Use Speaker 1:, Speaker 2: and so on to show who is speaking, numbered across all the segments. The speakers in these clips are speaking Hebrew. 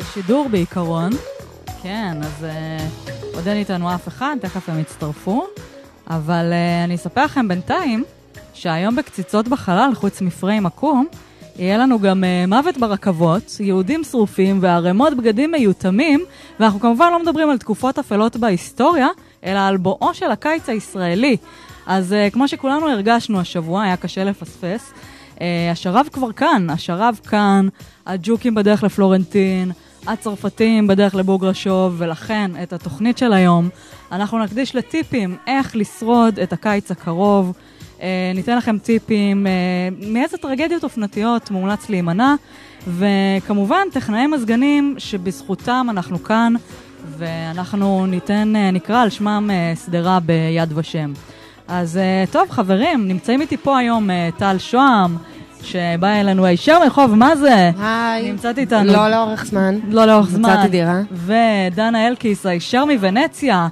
Speaker 1: השידור בעיקרון. כן, אז אה, עוד אין איתנו אף אחד, תכף הם יצטרפו. אבל אה, אני אספר לכם בינתיים, שהיום בקציצות בחלל, חוץ מפריים עקום, יהיה לנו גם אה, מוות ברכבות, יהודים שרופים וערימות בגדים מיותמים, ואנחנו כמובן לא מדברים על תקופות אפלות בהיסטוריה, אלא על בואו של הקיץ הישראלי. אז אה, כמו שכולנו הרגשנו השבוע, היה קשה לפספס. אה, השרב כבר כאן, השרב כאן, הג'וקים בדרך לפלורנטין, הצרפתים בדרך לבוגרשוב, ולכן את התוכנית של היום אנחנו נקדיש לטיפים איך לשרוד את הקיץ הקרוב. אה, ניתן לכם טיפים אה, מאיזה טרגדיות אופנתיות מומלץ להימנע, וכמובן טכנאי מזגנים שבזכותם אנחנו כאן, ואנחנו ניתן, אה, נקרא על שמם אה, שדרה ביד ושם. אז אה, טוב, חברים, נמצאים איתי פה היום אה, טל שוהם, שבא אלינו הישר מרחוב, מה זה?
Speaker 2: היי.
Speaker 1: נמצאת איתנו.
Speaker 2: לא לאורך זמן.
Speaker 1: לא לאורך זמן.
Speaker 2: מצאתי דירה.
Speaker 1: ודנה אלקיס, הישר מוונציה.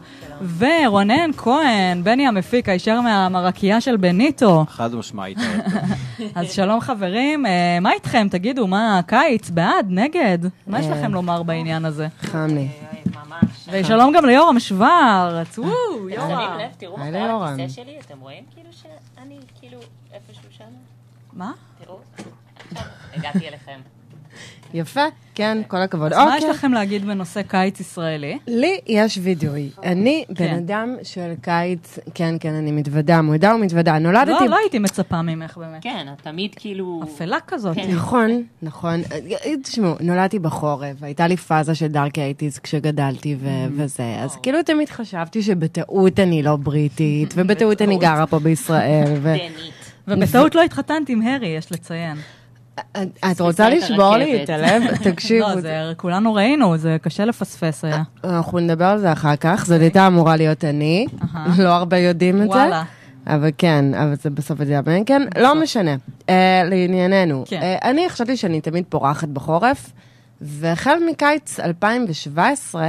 Speaker 1: ורונן כהן, בני המפיק, הישר מהמרקייה של בניטו.
Speaker 3: חד משמעית. אה,
Speaker 1: אז שלום חברים, אה, מה איתכם? תגידו, מה, קיץ, בעד, נגד? מה יש
Speaker 2: אה.
Speaker 1: לכם לומר בעניין הזה?
Speaker 2: חם לי.
Speaker 1: ושלום גם ליורם שוורץ,
Speaker 2: אה.
Speaker 1: וואו,
Speaker 4: אתם שמים
Speaker 1: יורם.
Speaker 4: לב, תראו
Speaker 2: היי
Speaker 4: מחר על
Speaker 2: ליאורן.
Speaker 4: הכיסא שלי, אתם רואים כאילו שאני כאילו איפשהו שם?
Speaker 1: מה?
Speaker 4: תראו, עכשיו הגעתי אליכם.
Speaker 2: יפה, כן, כל הכבוד.
Speaker 1: אז מה יש
Speaker 2: אוקיי.
Speaker 1: לכם להגיד בנושא קיץ ישראלי?
Speaker 2: לי יש וידוי. אני
Speaker 1: כן.
Speaker 2: בן אדם של קיץ, כן, כן, אני מתוודה, מודה ומתוודה. נולדתי...
Speaker 1: לא, לא הייתי מצפה ממך באמת.
Speaker 4: כן, את תמיד כאילו...
Speaker 1: אפלה כזאת.
Speaker 4: כן.
Speaker 2: נכון, נכון. תשמעו, נולדתי בחורף, הייתה לי פאזה של דארק אייטיז כשגדלתי ו-
Speaker 1: Mm.
Speaker 2: וזה, אז כאילו תמיד חשבתי שבטעות אני לא בריטית, ובטעות אני גרה פה בישראל. ו-
Speaker 1: כן.
Speaker 4: דנית.
Speaker 1: ובטעות לא התחתנתי עם הרי, יש לציין.
Speaker 2: את- את רוצה לשבור לי את הלב? תקשיבו. אה,
Speaker 1: לא, זה כולנו ראינו, זה קשה לפספס היה.
Speaker 2: אנחנו נדבר על זה אחר כך, זאת הייתה אמורה להיות אני,
Speaker 1: אהה.
Speaker 2: לא הרבה יודעים את זה.
Speaker 1: וואלה.
Speaker 2: אבל כן, אבל זה בסוף את זה הבן, כן, לא משנה. אה, לענייננו,
Speaker 1: כן.
Speaker 2: אה, אני חשבתי שאני תמיד פורחת בחורף, והחל מקיץ 2017,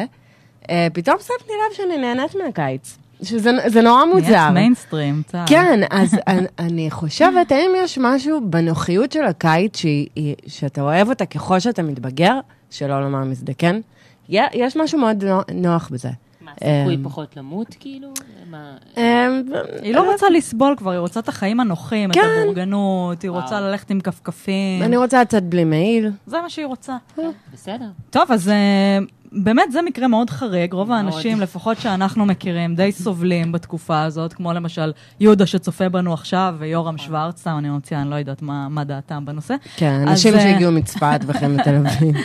Speaker 2: אה, פתאום שמתי לב שאני נהנית מהקיץ, שזה זה נורא מוזר.
Speaker 1: נהיית מיינסטרים, צהר.
Speaker 2: כן, אז אני- אני חושבת, האם יש משהו בנוחיות של הקיץ שהיא- היא- שאתה אוהב אותה ככל שאתה מתבגר, שלא לומר מזדקן? י- יש משהו מאוד נו- נוח בזה.
Speaker 4: מה, סיכוי
Speaker 2: אמ,
Speaker 4: פחות למות כאילו? מה...
Speaker 1: אה,
Speaker 2: אמ,
Speaker 1: היא לא רוצה לסבול כבר, היא רוצה את החיים הנוחים, את
Speaker 2: כן.
Speaker 1: הבורגנות, היא רוצה ללכת עם כפכפים.
Speaker 2: אני רוצה לצאת בלי מעיל.
Speaker 1: זה מה שהיא רוצה.
Speaker 4: בסדר.
Speaker 1: טוב, אז אה, באמת זה מקרה מאוד חריג. רוב האנשים, לפחות שאנחנו מכירים, די סובלים בתקופה הזאת, כמו למשל יהודה שצופה בנו עכשיו, ויורם שוורץ, סתם אני מוציאה, אני לא יודעת מה מה דעתם בנושא.
Speaker 2: אה. כן,
Speaker 1: אז,
Speaker 2: אנשים
Speaker 1: אה,
Speaker 2: שהגיעו מצפת וכן מתל אביב.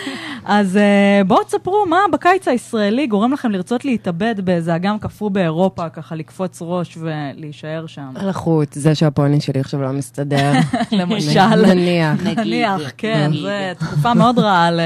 Speaker 1: אז אה, בואו תספרו מה בקיץ הישראלי גורם לכם לרצות להתאבד באיזה אגם קפוא באירופה, ככה לקפוץ ראש ולהישאר שם.
Speaker 2: לחוץ, זה שהפוני שלי עכשיו לא מסתדר.
Speaker 1: למשל.
Speaker 2: נניח.
Speaker 4: נגיד.
Speaker 1: נניח, כן,
Speaker 4: נגיד.
Speaker 1: זו תקופה מאוד רעה ל-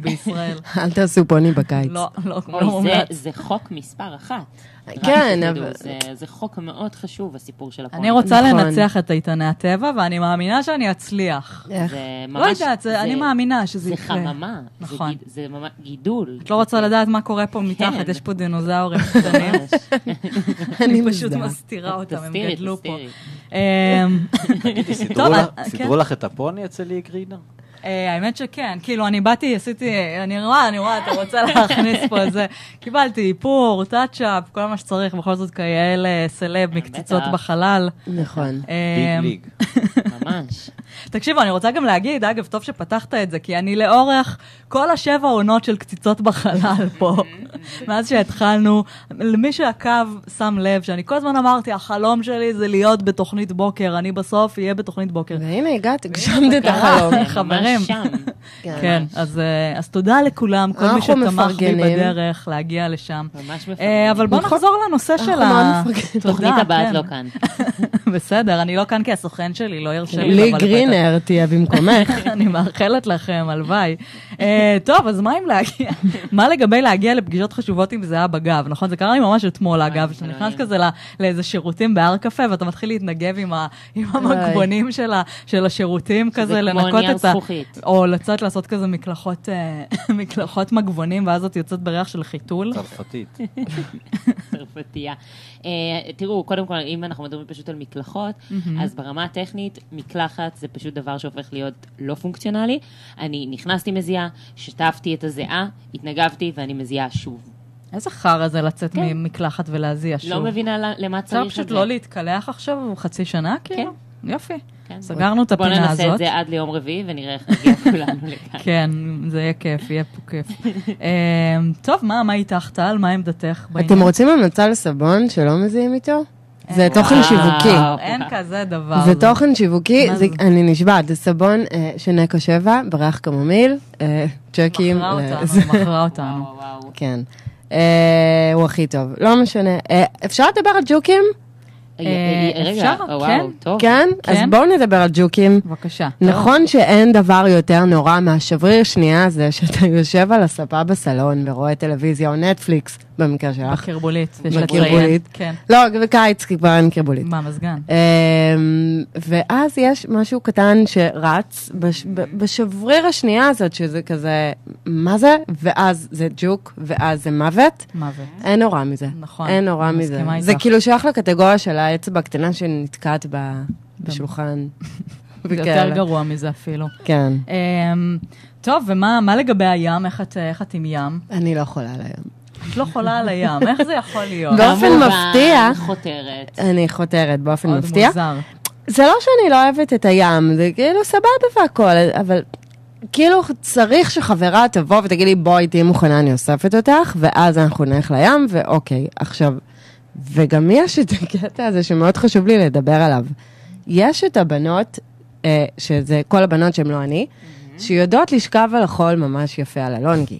Speaker 1: בישראל.
Speaker 2: אל תעשו פוני בקיץ.
Speaker 1: לא, לא,
Speaker 4: אוי,
Speaker 1: לא מומלץ.
Speaker 4: אוקיי. זה- זה חוק מספר אחת. רק
Speaker 2: כן,
Speaker 4: שתדעו,
Speaker 2: אבל-
Speaker 4: זה- זה חוק מאוד חשוב, הסיפור של הפועל.
Speaker 1: אני רוצה
Speaker 2: נכון.
Speaker 1: לנצח את איתני הטבע, ואני מאמינה שאני אצליח.
Speaker 2: איך?
Speaker 4: זה ממש...
Speaker 1: לא יודעת, זה- אני מאמינה שזה
Speaker 4: זה
Speaker 1: יקרה.
Speaker 4: חממה. זה
Speaker 1: נכון.
Speaker 4: גיד- זה ממש גידול.
Speaker 1: את לא רוצה לדעת מה קורה פה מתחת,
Speaker 4: כן.
Speaker 1: יש פה דינוזאורים קטנים.
Speaker 4: ממש.
Speaker 1: אני פשוט
Speaker 2: מזדהה.
Speaker 1: מסתירה אותם, הם
Speaker 4: תסתירי,
Speaker 1: גדלו פה.
Speaker 4: תסתירי.
Speaker 1: אמ,
Speaker 3: סידרו
Speaker 1: טוב,
Speaker 3: לך-
Speaker 1: אה, כן.
Speaker 3: סידרו לך את הפוני אצל לי גרינר?
Speaker 1: אה, האמת שכן, כאילו, אני באתי, עשיתי, אני רואה, אני רואה, אתה רוצה להכניס פה איזה, קיבלתי איפור, טאצ'אפ, כל מה שצריך, בכל זאת כיעל אה, סלב מקציצות
Speaker 4: בטח.
Speaker 1: בחלל.
Speaker 2: נכון.
Speaker 1: אה,
Speaker 3: ביג ליג.
Speaker 4: ממש.
Speaker 1: תקשיבו, אני רוצה גם להגיד, אגב, טוב שפתחת את זה, כי אני לאורך כל השבע עונות של קציצות בחלל פה, מאז שהתחלנו, למי שעקב שם לב שאני כל הזמן אמרתי, החלום שלי זה להיות בתוכנית בוקר, אני בסוף אהיה בתוכנית בוקר.
Speaker 2: והנה הגעת, הגשמת את החלום.
Speaker 4: זה ממש
Speaker 1: לא, חברים.
Speaker 4: שם.
Speaker 1: כן, אז, אה, אז תודה לכולם, כל מי
Speaker 2: אנחנו
Speaker 1: שתמך בי
Speaker 2: מפרגנים.
Speaker 1: בדרך להגיע לשם.
Speaker 4: ממש
Speaker 1: אה,
Speaker 4: מפרגנים.
Speaker 1: אבל בואו
Speaker 2: נכון.
Speaker 1: נחזור לנושא של
Speaker 2: אנחנו
Speaker 1: ה...
Speaker 2: מאוד מפרגנים.
Speaker 1: תודה,
Speaker 4: תוכנית הבאה
Speaker 1: כן.
Speaker 4: את לא כאן.
Speaker 1: בסדר, אני לא כאן כי הסוכן שלי לא ירשה לי.
Speaker 2: לי
Speaker 1: לבוא לפתח.
Speaker 2: גרינר תהיה במקומך.
Speaker 1: אני מאחלת לכם, הלוואי. אה, טוב, אז מה אם להגיע? מה לגבי להגיע לפגישות חשובות עם זהה בגב, נכון? זה קרה לי ממש אתמול, אגב, שאתה נכנס
Speaker 4: אלוהים.
Speaker 1: כזה ל- לאיזה שירותים בהר קפה, ואתה מתחיל להתנגב עם ה- עם המגבונים של ה- של השירותים כזה,
Speaker 4: כמו
Speaker 1: לנקות
Speaker 4: נייר
Speaker 1: את ה...
Speaker 4: זכוכית.
Speaker 1: או לצאת לעשות כזה מקלחות, אה, מקלחות מגבונים, ואז את יוצאת בריח של חיתול.
Speaker 3: צרפתית.
Speaker 5: צרפתייה. אה, תראו, קודם כל, אם אנחנו מדברים פשוט על מקלחות, אז ברמה הטכנית, מקלחת זה פשוט דבר שהופך להיות לא פונקציונלי. אני נכנסתי מזיעה, שטפתי את הזיעה, התנגבתי ואני מזיעה שוב.
Speaker 1: איזה חרא זה לצאת
Speaker 5: כן.
Speaker 1: ממקלחת ולהזיע שוב.
Speaker 5: לא מבינה ל- למה צריך
Speaker 1: אפשר
Speaker 5: את זה.
Speaker 1: פשוט לא להתקלח עכשיו חצי שנה? כאילו? יופי.
Speaker 5: כן.
Speaker 1: סגרנו את
Speaker 5: בוא
Speaker 1: הפינה
Speaker 5: ננסה את
Speaker 1: הזאת.
Speaker 5: זה עד ליום רביעי ונראה איך נגיע כולנו לכאן.
Speaker 1: כן, זה יהיה כיף, יהיה פה כיף. אמ, טוב, מה מה איתך, טל? מה עמדתך
Speaker 2: אתם
Speaker 1: בעניין? אה,
Speaker 2: רוצים המלצה לסבון שלא מזיעים איתו? זה תוכן
Speaker 5: וואו.
Speaker 2: שיווקי.
Speaker 1: אין
Speaker 5: אוקיי.
Speaker 1: כזה דבר.
Speaker 2: זה תוכן שיווקי,
Speaker 1: מה
Speaker 2: זה-
Speaker 1: זה?
Speaker 2: אני נשבעת, זה סבון אה, של נקו שבע, בריח קמומיל, אה, צ'קים.
Speaker 1: מכרה
Speaker 2: אה,
Speaker 1: אותנו,
Speaker 2: זה-
Speaker 1: מכרה
Speaker 5: וואו,
Speaker 1: אותנו.
Speaker 5: וואו.
Speaker 2: כן. אה, הוא הכי טוב, לא משנה. אה, אפשר לדבר על ג'וקים?
Speaker 5: אה, אה,
Speaker 1: אה,
Speaker 5: רגע,
Speaker 1: אפשר?
Speaker 5: וואו,
Speaker 1: כן.
Speaker 5: טוב.
Speaker 2: כן? אז
Speaker 1: כן.
Speaker 2: בואו נדבר על ג'וקים.
Speaker 1: בבקשה.
Speaker 2: נכון שאין דבר יותר נורא מהשבריר שנייה הזה שאתה יושב על הספה בסלון ורואה טלוויזיה או נטפליקס, במקרה שלך.
Speaker 1: בקרבולית. יש לציין.
Speaker 2: בקרבולית.
Speaker 1: כן.
Speaker 2: לא, בקיץ כי כבר אין קרבולית.
Speaker 1: מה, מזגן?
Speaker 2: אמ, ואז יש משהו קטן שרץ בש, ב- בשבריר השנייה הזאת, שזה כזה, מה זה? ואז זה ג'וק, ואז זה מוות.
Speaker 1: מוות.
Speaker 2: אין נורא מזה.
Speaker 1: נכון,
Speaker 2: אין נורא
Speaker 1: אני
Speaker 2: מזה.
Speaker 1: מסכימה
Speaker 2: זה
Speaker 1: איתך.
Speaker 2: כאילו שייך לקטגוריה של האצבע הקטנה שנתקעת ב- בשולחן. כאילו
Speaker 1: זה יותר גרוע מזה אפילו.
Speaker 2: כן.
Speaker 1: אמ, טוב, ומה מה לגבי הים? איך את- איך את עם ים?
Speaker 2: אני לא יכולה על היום.
Speaker 1: את לא חולה על הים, איך זה יכול להיות?
Speaker 2: באופן
Speaker 5: כמובן,
Speaker 2: מפתיע.
Speaker 5: חותרת.
Speaker 2: אני חותרת באופן
Speaker 1: מאוד
Speaker 2: מפתיע.
Speaker 1: מוזר.
Speaker 2: זה לא שאני לא אוהבת את הים, זה כאילו סבבה והכל, אבל כאילו צריך שחברה תבוא ותגיד לי, בואי תהיי מוכנה, אני אוספת אותך, ואז אנחנו נלך לים, ואוקיי, עכשיו, וגם יש את הקטע הזה שמאוד חשוב לי לדבר עליו. יש את הבנות, אה, שזה כל הבנות שהן לא אני, שיודעות לשכב על החול ממש יפה על הלונגי.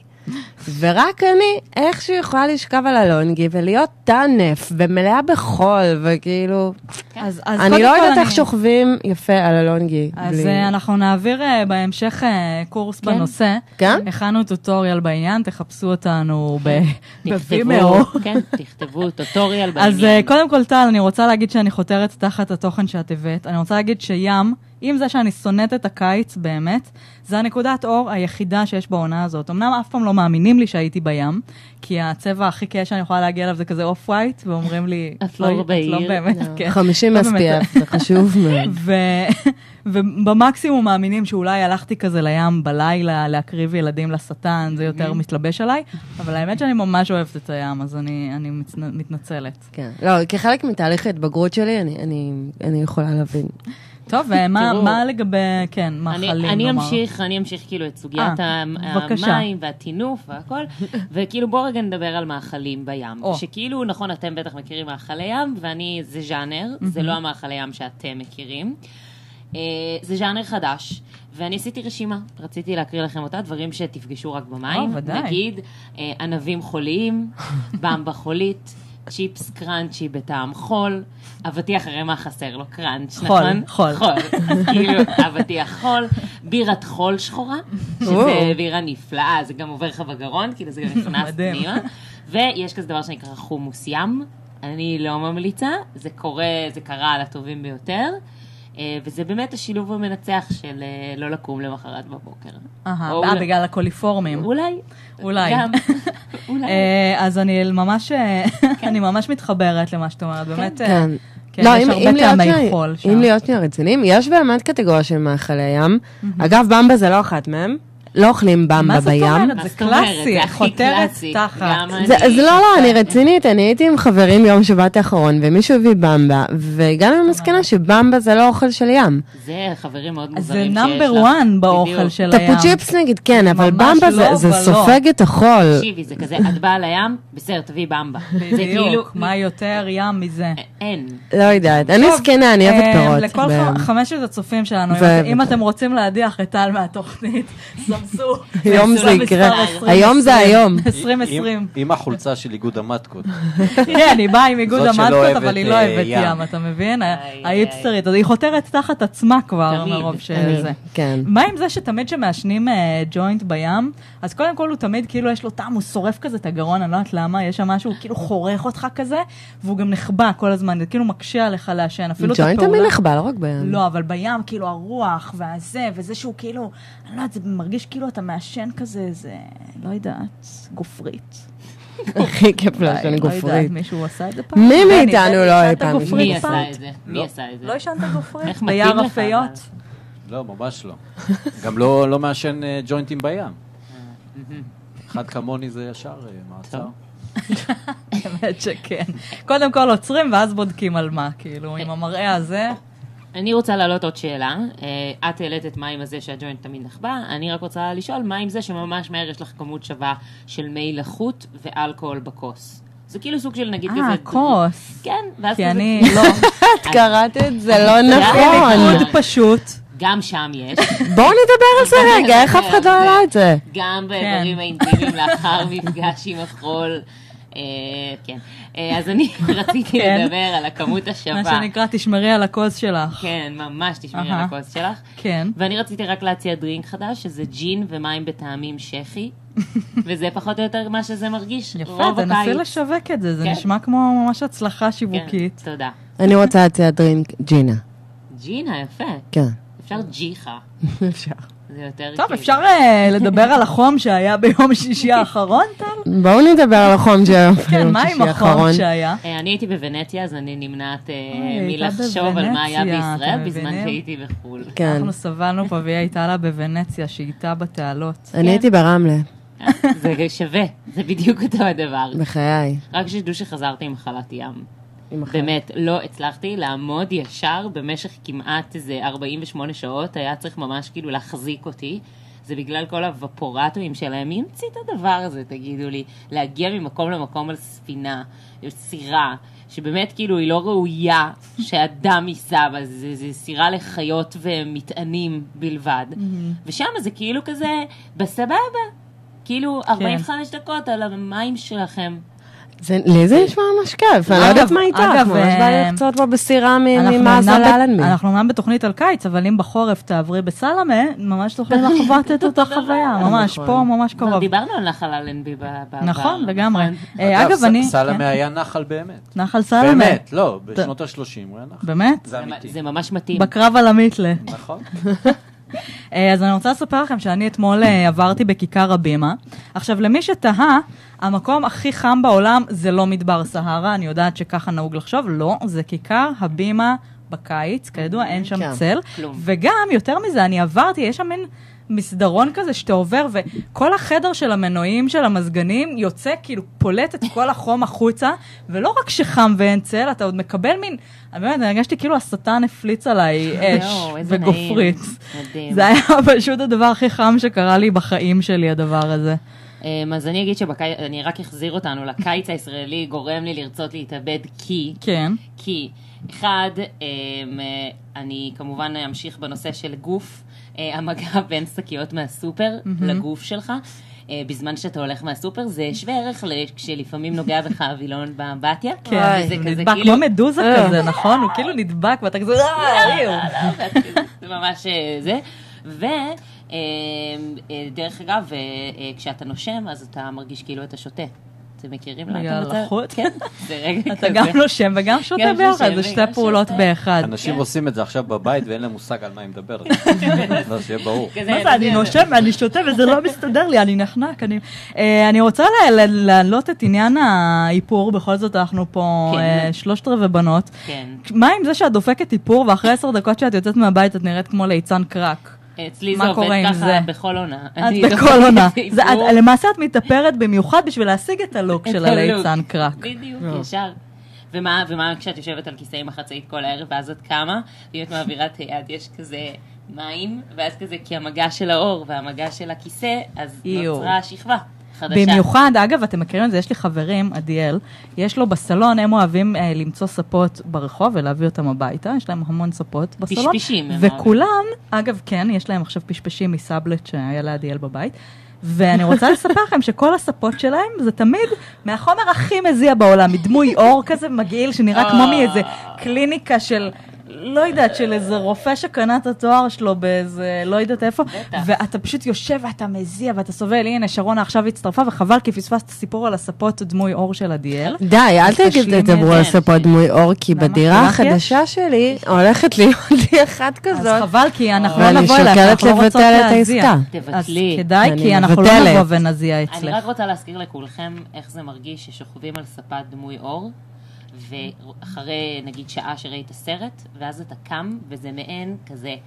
Speaker 2: ורק אני איכשהו יכולה לשכב על הלונגי ולהיות טנף ומלאה בחול, וכאילו,
Speaker 1: אז, אז
Speaker 2: אני
Speaker 1: קודם
Speaker 2: לא
Speaker 1: כל
Speaker 2: יודעת
Speaker 1: אני-
Speaker 2: איך שוכבים יפה על הלונגי.
Speaker 1: אז
Speaker 2: בלי-
Speaker 1: אה, אנחנו נעביר אה, בהמשך אה, קורס בנושא.
Speaker 2: כן?
Speaker 1: הכנו טוטוריאל בעניין, תחפשו אותנו ב-
Speaker 5: תכתבו,
Speaker 1: בווימאו.
Speaker 5: כן, תכתבו טוטוריאל בעניין.
Speaker 1: אז אה, קודם כל, טל, אני רוצה להגיד שאני חותרת תחת התוכן שאת הבאת. אני רוצה להגיד שים, עם זה שאני שונאת את הקיץ, באמת, זה הנקודת אור היחידה שיש בעונה הזאת. אמנם אף פעם לא מאמינים לי שהייתי בים, כי הצבע הכי כיף שאני יכולה להגיע אליו זה כזה אוף ווייט, ואומרים לי,
Speaker 5: את לא
Speaker 1: את
Speaker 5: בעיר."
Speaker 1: לא באמת, כן.
Speaker 2: 50
Speaker 1: לא באמת.
Speaker 2: SPF, זה חשוב מאוד.
Speaker 1: ו... ובמקסימום מאמינים שאולי הלכתי כזה לים בלילה להקריב ילדים לשטן, זה
Speaker 5: Mm-hmm.
Speaker 1: יותר מתלבש עליי, אבל האמת שאני ממש אוהבת את הים, אז אני, אני מצ... מתנצלת.
Speaker 2: כן. לא, כחלק מתהליך ההתבגרות שלי, אני- אני- אני יכולה להבין.
Speaker 1: טוב, ומה
Speaker 5: תראו,
Speaker 1: מה לגבי, כן, מה
Speaker 5: אני-
Speaker 1: חלים
Speaker 5: אני
Speaker 1: לומר?
Speaker 5: אמשיך, אני אמשיך כאילו את סוגיית
Speaker 1: אה,
Speaker 5: המ-
Speaker 1: בבקשה.
Speaker 5: המים והטינוף והכל, וכאילו בואו רגע נדבר על מאכלים בים.
Speaker 1: או.
Speaker 5: שכאילו, נכון, אתם בטח מכירים מאכלי ים, ואני, זה ז'אנר, זה לא המאכלי ים שאתם מכירים. אה, זה ז'אנר חדש, ואני עשיתי רשימה, רציתי להקריא לכם אותה, דברים שתפגשו רק במים.
Speaker 1: או, ודאי.
Speaker 5: נגיד, אה, ענבים חוליים, במבה חולית. צ'יפס קראנצ'י בטעם חול, אבטיח הרי מה חסר לו? קראנץ',
Speaker 1: חול,
Speaker 5: נכון?
Speaker 1: חול.
Speaker 5: חול. אז כאילו, אבטיח חול, בירת חול שחורה, שזה
Speaker 2: וואו.
Speaker 5: בירה נפלאה, זה גם עובר לך בגרון, כאילו זה גם נכנס
Speaker 1: מדהים.
Speaker 5: פנימה. ויש כזה דבר שנקרא חומוס ים, אני לא ממליצה, זה קורה, זה קרה על הטובים ביותר. אה, וזה באמת השילוב המנצח של אה, לא לקום למחרת בבוקר.
Speaker 1: אהה,
Speaker 5: או
Speaker 1: אה,
Speaker 5: אולי-
Speaker 1: בגלל הקוליפורמים.
Speaker 5: אולי.
Speaker 1: אולי.
Speaker 5: גם. אולי.
Speaker 1: אה, אז אני ממש, אה,
Speaker 5: כן.
Speaker 1: אני ממש מתחברת למה שאת אומרת, באמת, אה,
Speaker 2: כן.
Speaker 1: כן, יש הרבה טעמי
Speaker 2: שנייה-
Speaker 1: חול שם.
Speaker 2: אם להיות שנייה רציניים, יש באמת קטגוריה של מאכלי ים. אגב, במבה זה לא אחת מהם. לא אוכלים במבה
Speaker 1: מה זאת
Speaker 2: בים.
Speaker 1: אומרת?
Speaker 5: מה
Speaker 1: זה
Speaker 5: זאת אומרת? זה
Speaker 1: קלאסי,
Speaker 5: הכי
Speaker 1: חותרת
Speaker 5: קלאסי.
Speaker 1: תחת.
Speaker 5: גם
Speaker 2: זה, אז
Speaker 5: אני-
Speaker 2: לא, לא,
Speaker 1: אה,
Speaker 2: אני רצינית, אני הייתי עם חברים יום שבת האחרון, ומישהו הביא במבה, והגענו למסקנה שבמבה זה לא אוכל של ים.
Speaker 5: זה חברים מאוד
Speaker 1: אז זה
Speaker 5: מוזרים שיש לך.
Speaker 1: נאמבר וואן באוכל
Speaker 5: בדיוק.
Speaker 1: של הים.
Speaker 2: טפו צ'יפס נגיד, כן, אבל
Speaker 1: ממש
Speaker 2: במבה
Speaker 1: לא,
Speaker 2: זה- זה
Speaker 1: אבל לא.
Speaker 2: סופג את החול.
Speaker 5: תקשיבי, זה כזה, את באה לים, בסדר, תביאי במבה. זה כאילו,
Speaker 1: בדיוק, מה יותר ים מזה?
Speaker 5: אין.
Speaker 2: לא יודעת, אני זקנה, אני אוהבת
Speaker 1: אה,
Speaker 2: פירות.
Speaker 1: לכל
Speaker 2: ב-
Speaker 1: ח- חמשת הצופים שלנו, אם
Speaker 2: ו-
Speaker 1: את- אם אתם רוצים להדיח את טל מהתוכנית, סמסו.
Speaker 2: היום
Speaker 1: סמסו
Speaker 2: זה
Speaker 1: למספר
Speaker 2: יקרה.
Speaker 1: 20,
Speaker 2: היום זה היום.
Speaker 1: 2020.
Speaker 3: עם- עם החולצה של איגוד המטקות.
Speaker 1: כן, היא באה עם איגוד
Speaker 3: זאת שלא
Speaker 1: המטקות,
Speaker 3: אוהבת,
Speaker 1: אבל היא לא
Speaker 3: אה,
Speaker 1: אוהבת
Speaker 3: ים.
Speaker 1: ים, אתה מבין? ה-
Speaker 5: איי,
Speaker 1: ההיפסטרית, אז היא חותרת תחת עצמה כבר,
Speaker 5: תמיד,
Speaker 1: מרוב
Speaker 2: אני-
Speaker 1: שזה.
Speaker 2: כן.
Speaker 1: מה עם זה שתמיד כשמעשנים אה, ג'וינט בים, אז קודם כל הוא תמיד כאילו יש לו טעם, הוא שורף כזה את הגרון, אני לא יודעת למה, יש שם משהו, הוא כאילו חורך אותך כזה, והוא גם נחבא כל הזמן, זה כאילו מקשה עליך לעשן, אפילו את הפעולה.
Speaker 2: ג'וינט תמיד נחבא, לא רק בים.
Speaker 1: לא, אבל בים, כאילו, הרוח והזה, וזה שהוא כאילו, אני לא יודעת, זה מרגיש כאילו אתה מעשן כזה, זה, לא יודעת, גופרית.
Speaker 2: הכי כיף לעשן
Speaker 1: לא יודעת,
Speaker 2: גופרית.
Speaker 1: מישהו עשה את זה פעם?
Speaker 2: מי
Speaker 1: בני,
Speaker 2: מאיתנו
Speaker 1: בני,
Speaker 2: לא
Speaker 1: עשנת
Speaker 2: אי פעם
Speaker 1: גופרית
Speaker 5: מי
Speaker 1: פעם?
Speaker 5: עשה את זה? מי
Speaker 3: לא.
Speaker 5: עשה את זה?
Speaker 1: לא עשנת גופרית?
Speaker 5: איך מתאים
Speaker 1: ביער
Speaker 5: לך,
Speaker 1: הפיות?
Speaker 5: אבל.
Speaker 3: לא, ממש לא. גם לא לא מעשן אה, ג'וינטים בים. אחד כמוני זה ישר אה, מעצר.
Speaker 5: טוב.
Speaker 1: האמת שכן. קודם כל עוצרים ואז בודקים על מה, כאילו,
Speaker 5: כן.
Speaker 1: עם המראה הזה.
Speaker 5: אני רוצה להעלות עוד שאלה. אה, את העלית את מה עם הזה שהג'וינט תמיד נחבא, אני רק רוצה לשאול מה עם זה שממש מהר יש לך כמות שווה של מי לחות ואלכוהול בכוס. זה כאילו סוג של נגיד כזה...
Speaker 1: אה, כוס.
Speaker 5: כן, ואז
Speaker 1: כי
Speaker 5: כזה-
Speaker 1: אני לא.
Speaker 2: את קראת את זה לא
Speaker 5: אה,
Speaker 2: נכון.
Speaker 1: מאוד פשוט.
Speaker 5: גם שם יש,
Speaker 2: בואו נדבר על זה רגע, איך אף אחד
Speaker 1: אה,
Speaker 2: לא העלה את זה?
Speaker 1: כן.
Speaker 5: גם באיברים האינטימיים לאחר מפגש עם החול. אה, כן. אה, אז אני רציתי
Speaker 1: כן.
Speaker 5: לדבר על הכמות
Speaker 1: מה
Speaker 5: השווה.
Speaker 1: שנקרא, תשמרי על הכוס שלך.
Speaker 5: כן, ממש תשמרי
Speaker 1: אהה.
Speaker 5: על הכוס שלך.
Speaker 1: כן.
Speaker 5: ואני רציתי רק להציע דרינק חדש, שזה ג'ין ומים בטעמים שחי, וזה פחות או יותר מה שזה מרגיש.
Speaker 1: יפה,
Speaker 5: רוב
Speaker 1: תנסי
Speaker 5: הקיץ.
Speaker 1: לשווק את זה, זה
Speaker 5: כן.
Speaker 1: נשמע כמו ממש הצלחה
Speaker 5: כן,
Speaker 1: שיווקית.
Speaker 5: תודה.
Speaker 2: אני רוצה להציע דרינק ג'ינה.
Speaker 5: ג'ין היפה.
Speaker 2: כן.
Speaker 5: אפשר ג'יחה.
Speaker 2: אפשר.
Speaker 5: זה יותר
Speaker 1: טוב,
Speaker 5: כאילו-
Speaker 1: אפשר אה, לדבר על החום שהיה ביום שישי האחרון, טל?
Speaker 2: בואו נדבר על החום שהיה
Speaker 1: כן,
Speaker 2: ביום
Speaker 1: מה עם
Speaker 2: שישי
Speaker 1: החום
Speaker 2: האחרון.
Speaker 1: שהיה?
Speaker 5: אה, אני הייתי בוונציה, אז אני נמנעת אה,
Speaker 1: אוי, הייתה
Speaker 5: מלחשוב על מה היה
Speaker 1: בוונציה,
Speaker 5: בישראל
Speaker 1: אתם
Speaker 5: בזמן
Speaker 1: מבינים?
Speaker 5: שהייתי בחו"ל.
Speaker 2: כן.
Speaker 1: אנחנו סבלנו פה והיא הייתה לה בוונציה, שהייתה בתעלות.
Speaker 2: אני הייתי ברמלה,
Speaker 5: זה שווה, זה בדיוק אותו הדבר.
Speaker 2: בחיי.
Speaker 5: רק שתדעו שחזרתי עם מחלת ים.
Speaker 2: עם החיים.
Speaker 5: באמת, לא הצלחתי לעמוד ישר במשך כמעט איזה 48 שעות, היה צריך ממש כאילו להחזיק אותי. זה בגלל כל הוופורטואים שלהם. מי המציא את הדבר הזה, תגידו לי? להגיע ממקום למקום על ספינה, על סירה, שבאמת כאילו היא לא ראויה שאדם ייסע בה, זה, זה סירה לחיות ומטענים בלבד. ושם זה כאילו כזה, בסבבה. כאילו, 45 דקות על המים שלכם.
Speaker 2: זה- לי זה נשמע ממש כיף, אני לא
Speaker 1: אוקיי. אגב,
Speaker 2: יודעת מה איתך,
Speaker 1: אגב,
Speaker 2: ממש בא
Speaker 1: אה,
Speaker 2: לי לחצות פה בסירה מ-
Speaker 1: אנחנו
Speaker 2: ממאזן
Speaker 1: אמנם ב-
Speaker 2: לאלנבי.
Speaker 1: אנחנו אמנם בתוכנית על קיץ, אבל אם בחורף תעברי בסלמה, ממש תוכלי לחוות את אותה חוויה, ממש
Speaker 2: נכון.
Speaker 1: פה, ממש
Speaker 5: כבר
Speaker 1: קרוב.
Speaker 5: דיברנו על נחל אלנבי ב- בעבר.
Speaker 1: נכון, לגמרי. אה,
Speaker 3: אגב,
Speaker 1: אגב,
Speaker 3: ס-
Speaker 1: אני... כן.
Speaker 3: סלמה היה נחל באמת.
Speaker 1: נחל סלמה.
Speaker 3: באמת, לא, בשנות ה-30 הוא היה נחל.
Speaker 1: באמת?
Speaker 3: זה
Speaker 5: זה-
Speaker 3: אמיתי.
Speaker 5: זה ממש מתאים.
Speaker 1: בקרב על המיתלה.
Speaker 3: נכון.
Speaker 1: אה, אז אני רוצה לספר לכם שאני אתמול אה, עברתי בכיכר הבימה. עכשיו, למי שתהה, המקום הכי חם בעולם זה לא מדבר סהרה, אני יודעת שככה נהוג לחשוב, לא, זה כיכר הבימה בקיץ, כידוע אין שם
Speaker 2: כן.
Speaker 1: צל.
Speaker 5: כלום.
Speaker 1: וגם, יותר מזה, אני עברתי, יש שם מין... מסדרון כזה שאתה עובר, וכל החדר של המנועים של המזגנים יוצא, כאילו פולט את כל החום החוצה, ולא רק שחם ואין צל, אתה עוד מקבל מין, אני באמת, אני הרגשתי כאילו השטן הפליץ עליי אש
Speaker 5: יואו, לא, איזה נעים.
Speaker 1: וגופרית.
Speaker 5: מדהים.
Speaker 1: זה היה פשוט הדבר הכי חם שקרה לי בחיים שלי, הדבר הזה.
Speaker 5: אמ, אז אני אגיד שבקיץ, אני רק אחזיר אותנו לקיץ הישראלי, גורם לי לרצות להתאבד כי,
Speaker 1: כן.
Speaker 5: כי, אחד, אמ, אה, אני כמובן אמשיך בנושא של גוף, אה, המגע בין שקיות מהסופר לגוף שלך. אה, בזמן שאתה הולך מהסופר, זה שווה ערך ל- כשלפעמים נוגע בך הווילון באמבטיה.
Speaker 1: כן,
Speaker 5: וזה כזה
Speaker 1: נדבק
Speaker 5: כאילו-
Speaker 1: כמו מדוזה כזה, נכון? הוא כאילו נדבק ואתה כזה, "אה, איו."
Speaker 5: זה ממש אה, זה. ו... אה, אה, דרך אגב, אה, אה, כשאתה נושם, אז אתה מרגיש כאילו אתה שותה. אתם מכירים?
Speaker 1: בגלל
Speaker 5: אתם רוצים?
Speaker 1: הלחות?
Speaker 5: כן, זה רגע
Speaker 1: אתה
Speaker 5: כזה.
Speaker 1: גם לא- נושם וגם שותה
Speaker 5: גם
Speaker 1: ביחד,
Speaker 5: נושם
Speaker 1: זה
Speaker 5: וגם
Speaker 1: שתי פעולות
Speaker 5: שותה.
Speaker 1: באחד.
Speaker 3: אנשים עושים את זה עכשיו בבית ואין להם מושג על מה היא מדברת. אז שיהיה ברור.
Speaker 5: כזה, לא
Speaker 1: מה זה, אני
Speaker 5: זה-
Speaker 1: נושם ואני שותה וזה לא מסתדר לי, אני נחנק. אני- אה, אני רוצה ל- ל- להעלות את עניין האיפור, בכל זאת אנחנו פה
Speaker 5: כן.
Speaker 1: אה, שלושת רבעי בנות.
Speaker 5: כן.
Speaker 1: מה עם זה שאת דופקת איפור ואחרי עשר דקות שאת יוצאת מהבית את נראית כמו ליצן קרק?
Speaker 5: אצלי
Speaker 1: מה
Speaker 5: זה עובד
Speaker 1: קורה עם זה?
Speaker 5: ככה בכל עונה. אני לא
Speaker 1: את בכל
Speaker 5: דופקת
Speaker 1: עונה.
Speaker 5: את
Speaker 1: זה-
Speaker 5: האיפור,
Speaker 1: את- למעשה את מתאפרת במיוחד בשביל להשיג את הלוק
Speaker 5: את
Speaker 1: של
Speaker 5: הלוק.
Speaker 1: הליצן קרק.
Speaker 5: בדיוק,
Speaker 1: לא.
Speaker 5: ישר. ומה, ומה כשאת יושבת על כיסא עם החצאית כל הערב, ואז את קמה, ואם את מעבירה את היד, יש כזה מים, ואז כזה, כי המגע של האור והמגע של הכיסא, אז
Speaker 1: איו.
Speaker 5: נוצרה השכבה חדשה.
Speaker 1: במיוחד, אגב, אתם מכירים את זה, יש לי חברים, עדיאל, יש לו בסלון, הם אוהבים אה, למצוא ספות ברחוב ולהביא אותם הביתה, יש להם המון ספות בסלון.
Speaker 5: פשפשים, הם
Speaker 1: וכולם, אגב, כן, יש להם עכשיו פשפשים מסאבלט שהיה לעדיאל בבית. ואני רוצה לספר לכם שכל הספות שלהם זה תמיד
Speaker 5: אה.
Speaker 1: מהחומר הכי מזיע בעולם, מדמוי עור כזה מגעיל שנראה כמו מאיזה קליניקה של לא יודעת, של איזה רופא שקנה את התואר שלו באיזה, לא יודעת איפה, ואתה פשוט יושב ואתה מזיע ואתה סובל, הנה, שרונה עכשיו הצטרפה, וחבל, כי פספסת סיפור על הספות דמוי עור של עדיאל.
Speaker 2: די, אל תגיד
Speaker 1: תשלימי
Speaker 2: תדברו
Speaker 5: את
Speaker 2: על
Speaker 5: זה.
Speaker 2: ספות דמוי עור, כי
Speaker 1: למה?
Speaker 2: בדירה
Speaker 1: לך יש?
Speaker 2: החדשה שלי הולכת להיות לי אחת
Speaker 1: אז
Speaker 2: כזאת.
Speaker 1: חבל, כי אנחנו לא
Speaker 2: ואני
Speaker 1: נבוא אליך,
Speaker 2: שוקלת
Speaker 1: אנחנו לא רוצות
Speaker 2: לבטל את
Speaker 1: להזיע.
Speaker 2: העסקה.
Speaker 1: אז
Speaker 5: תבטלי.
Speaker 1: כדאי,
Speaker 2: אני
Speaker 1: כי אנחנו לא
Speaker 2: מבטלת.
Speaker 1: נבוא ונזיע
Speaker 5: אני
Speaker 1: אצלך.
Speaker 5: רק רוצה להזכיר לכולכם איך זה מרגיש ששוכבים על ספה דמוי אור, ואחרי נגיד שעה שראית את הסרט, ואז אתה קם, וזה מעין כזה,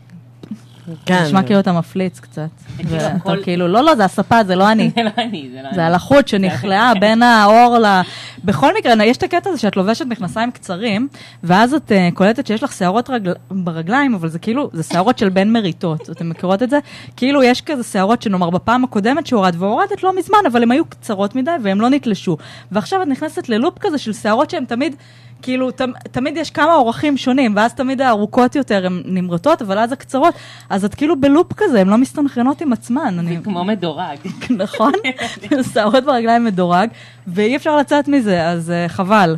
Speaker 2: כן.
Speaker 1: נשמע כאילו אתה מפליץ קצת.
Speaker 5: וכאילו
Speaker 1: ואתה
Speaker 5: הכל-
Speaker 1: כאילו, לא, לא, זה הספה, זה לא אני.
Speaker 5: זה לא אני, זה לא אני.
Speaker 1: זה על החוט שנכלאה בין האור ל... בכל מקרה, יש את הקטע הזה שאת לובשת מכנסיים קצרים, ואז את אה, קולטת שיש לך שערות רגל... ברגליים, אבל זה כאילו, זה שערות של בין מריטות. אתן מכירות את זה? כאילו יש כזה שערות שנאמר בפעם הקודמת שהורדת, והורדת לא מזמן, אבל הן היו קצרות מדי והן לא נתלשו. ועכשיו את נכנסת ללופ כזה של שערות שהן תמיד... כאילו, תמ- תמיד יש כמה אורחים שונים, ואז תמיד הארוכות יותר הן נמרטות, אבל אז הקצרות, אז את כאילו בלופ כזה, הן לא מסתנכרנות עם עצמן. אני-
Speaker 5: כמו מדורג.
Speaker 1: נכון? שערות ברגליים מדורג, ואי אפשר לצאת מזה, אז אה, חבל.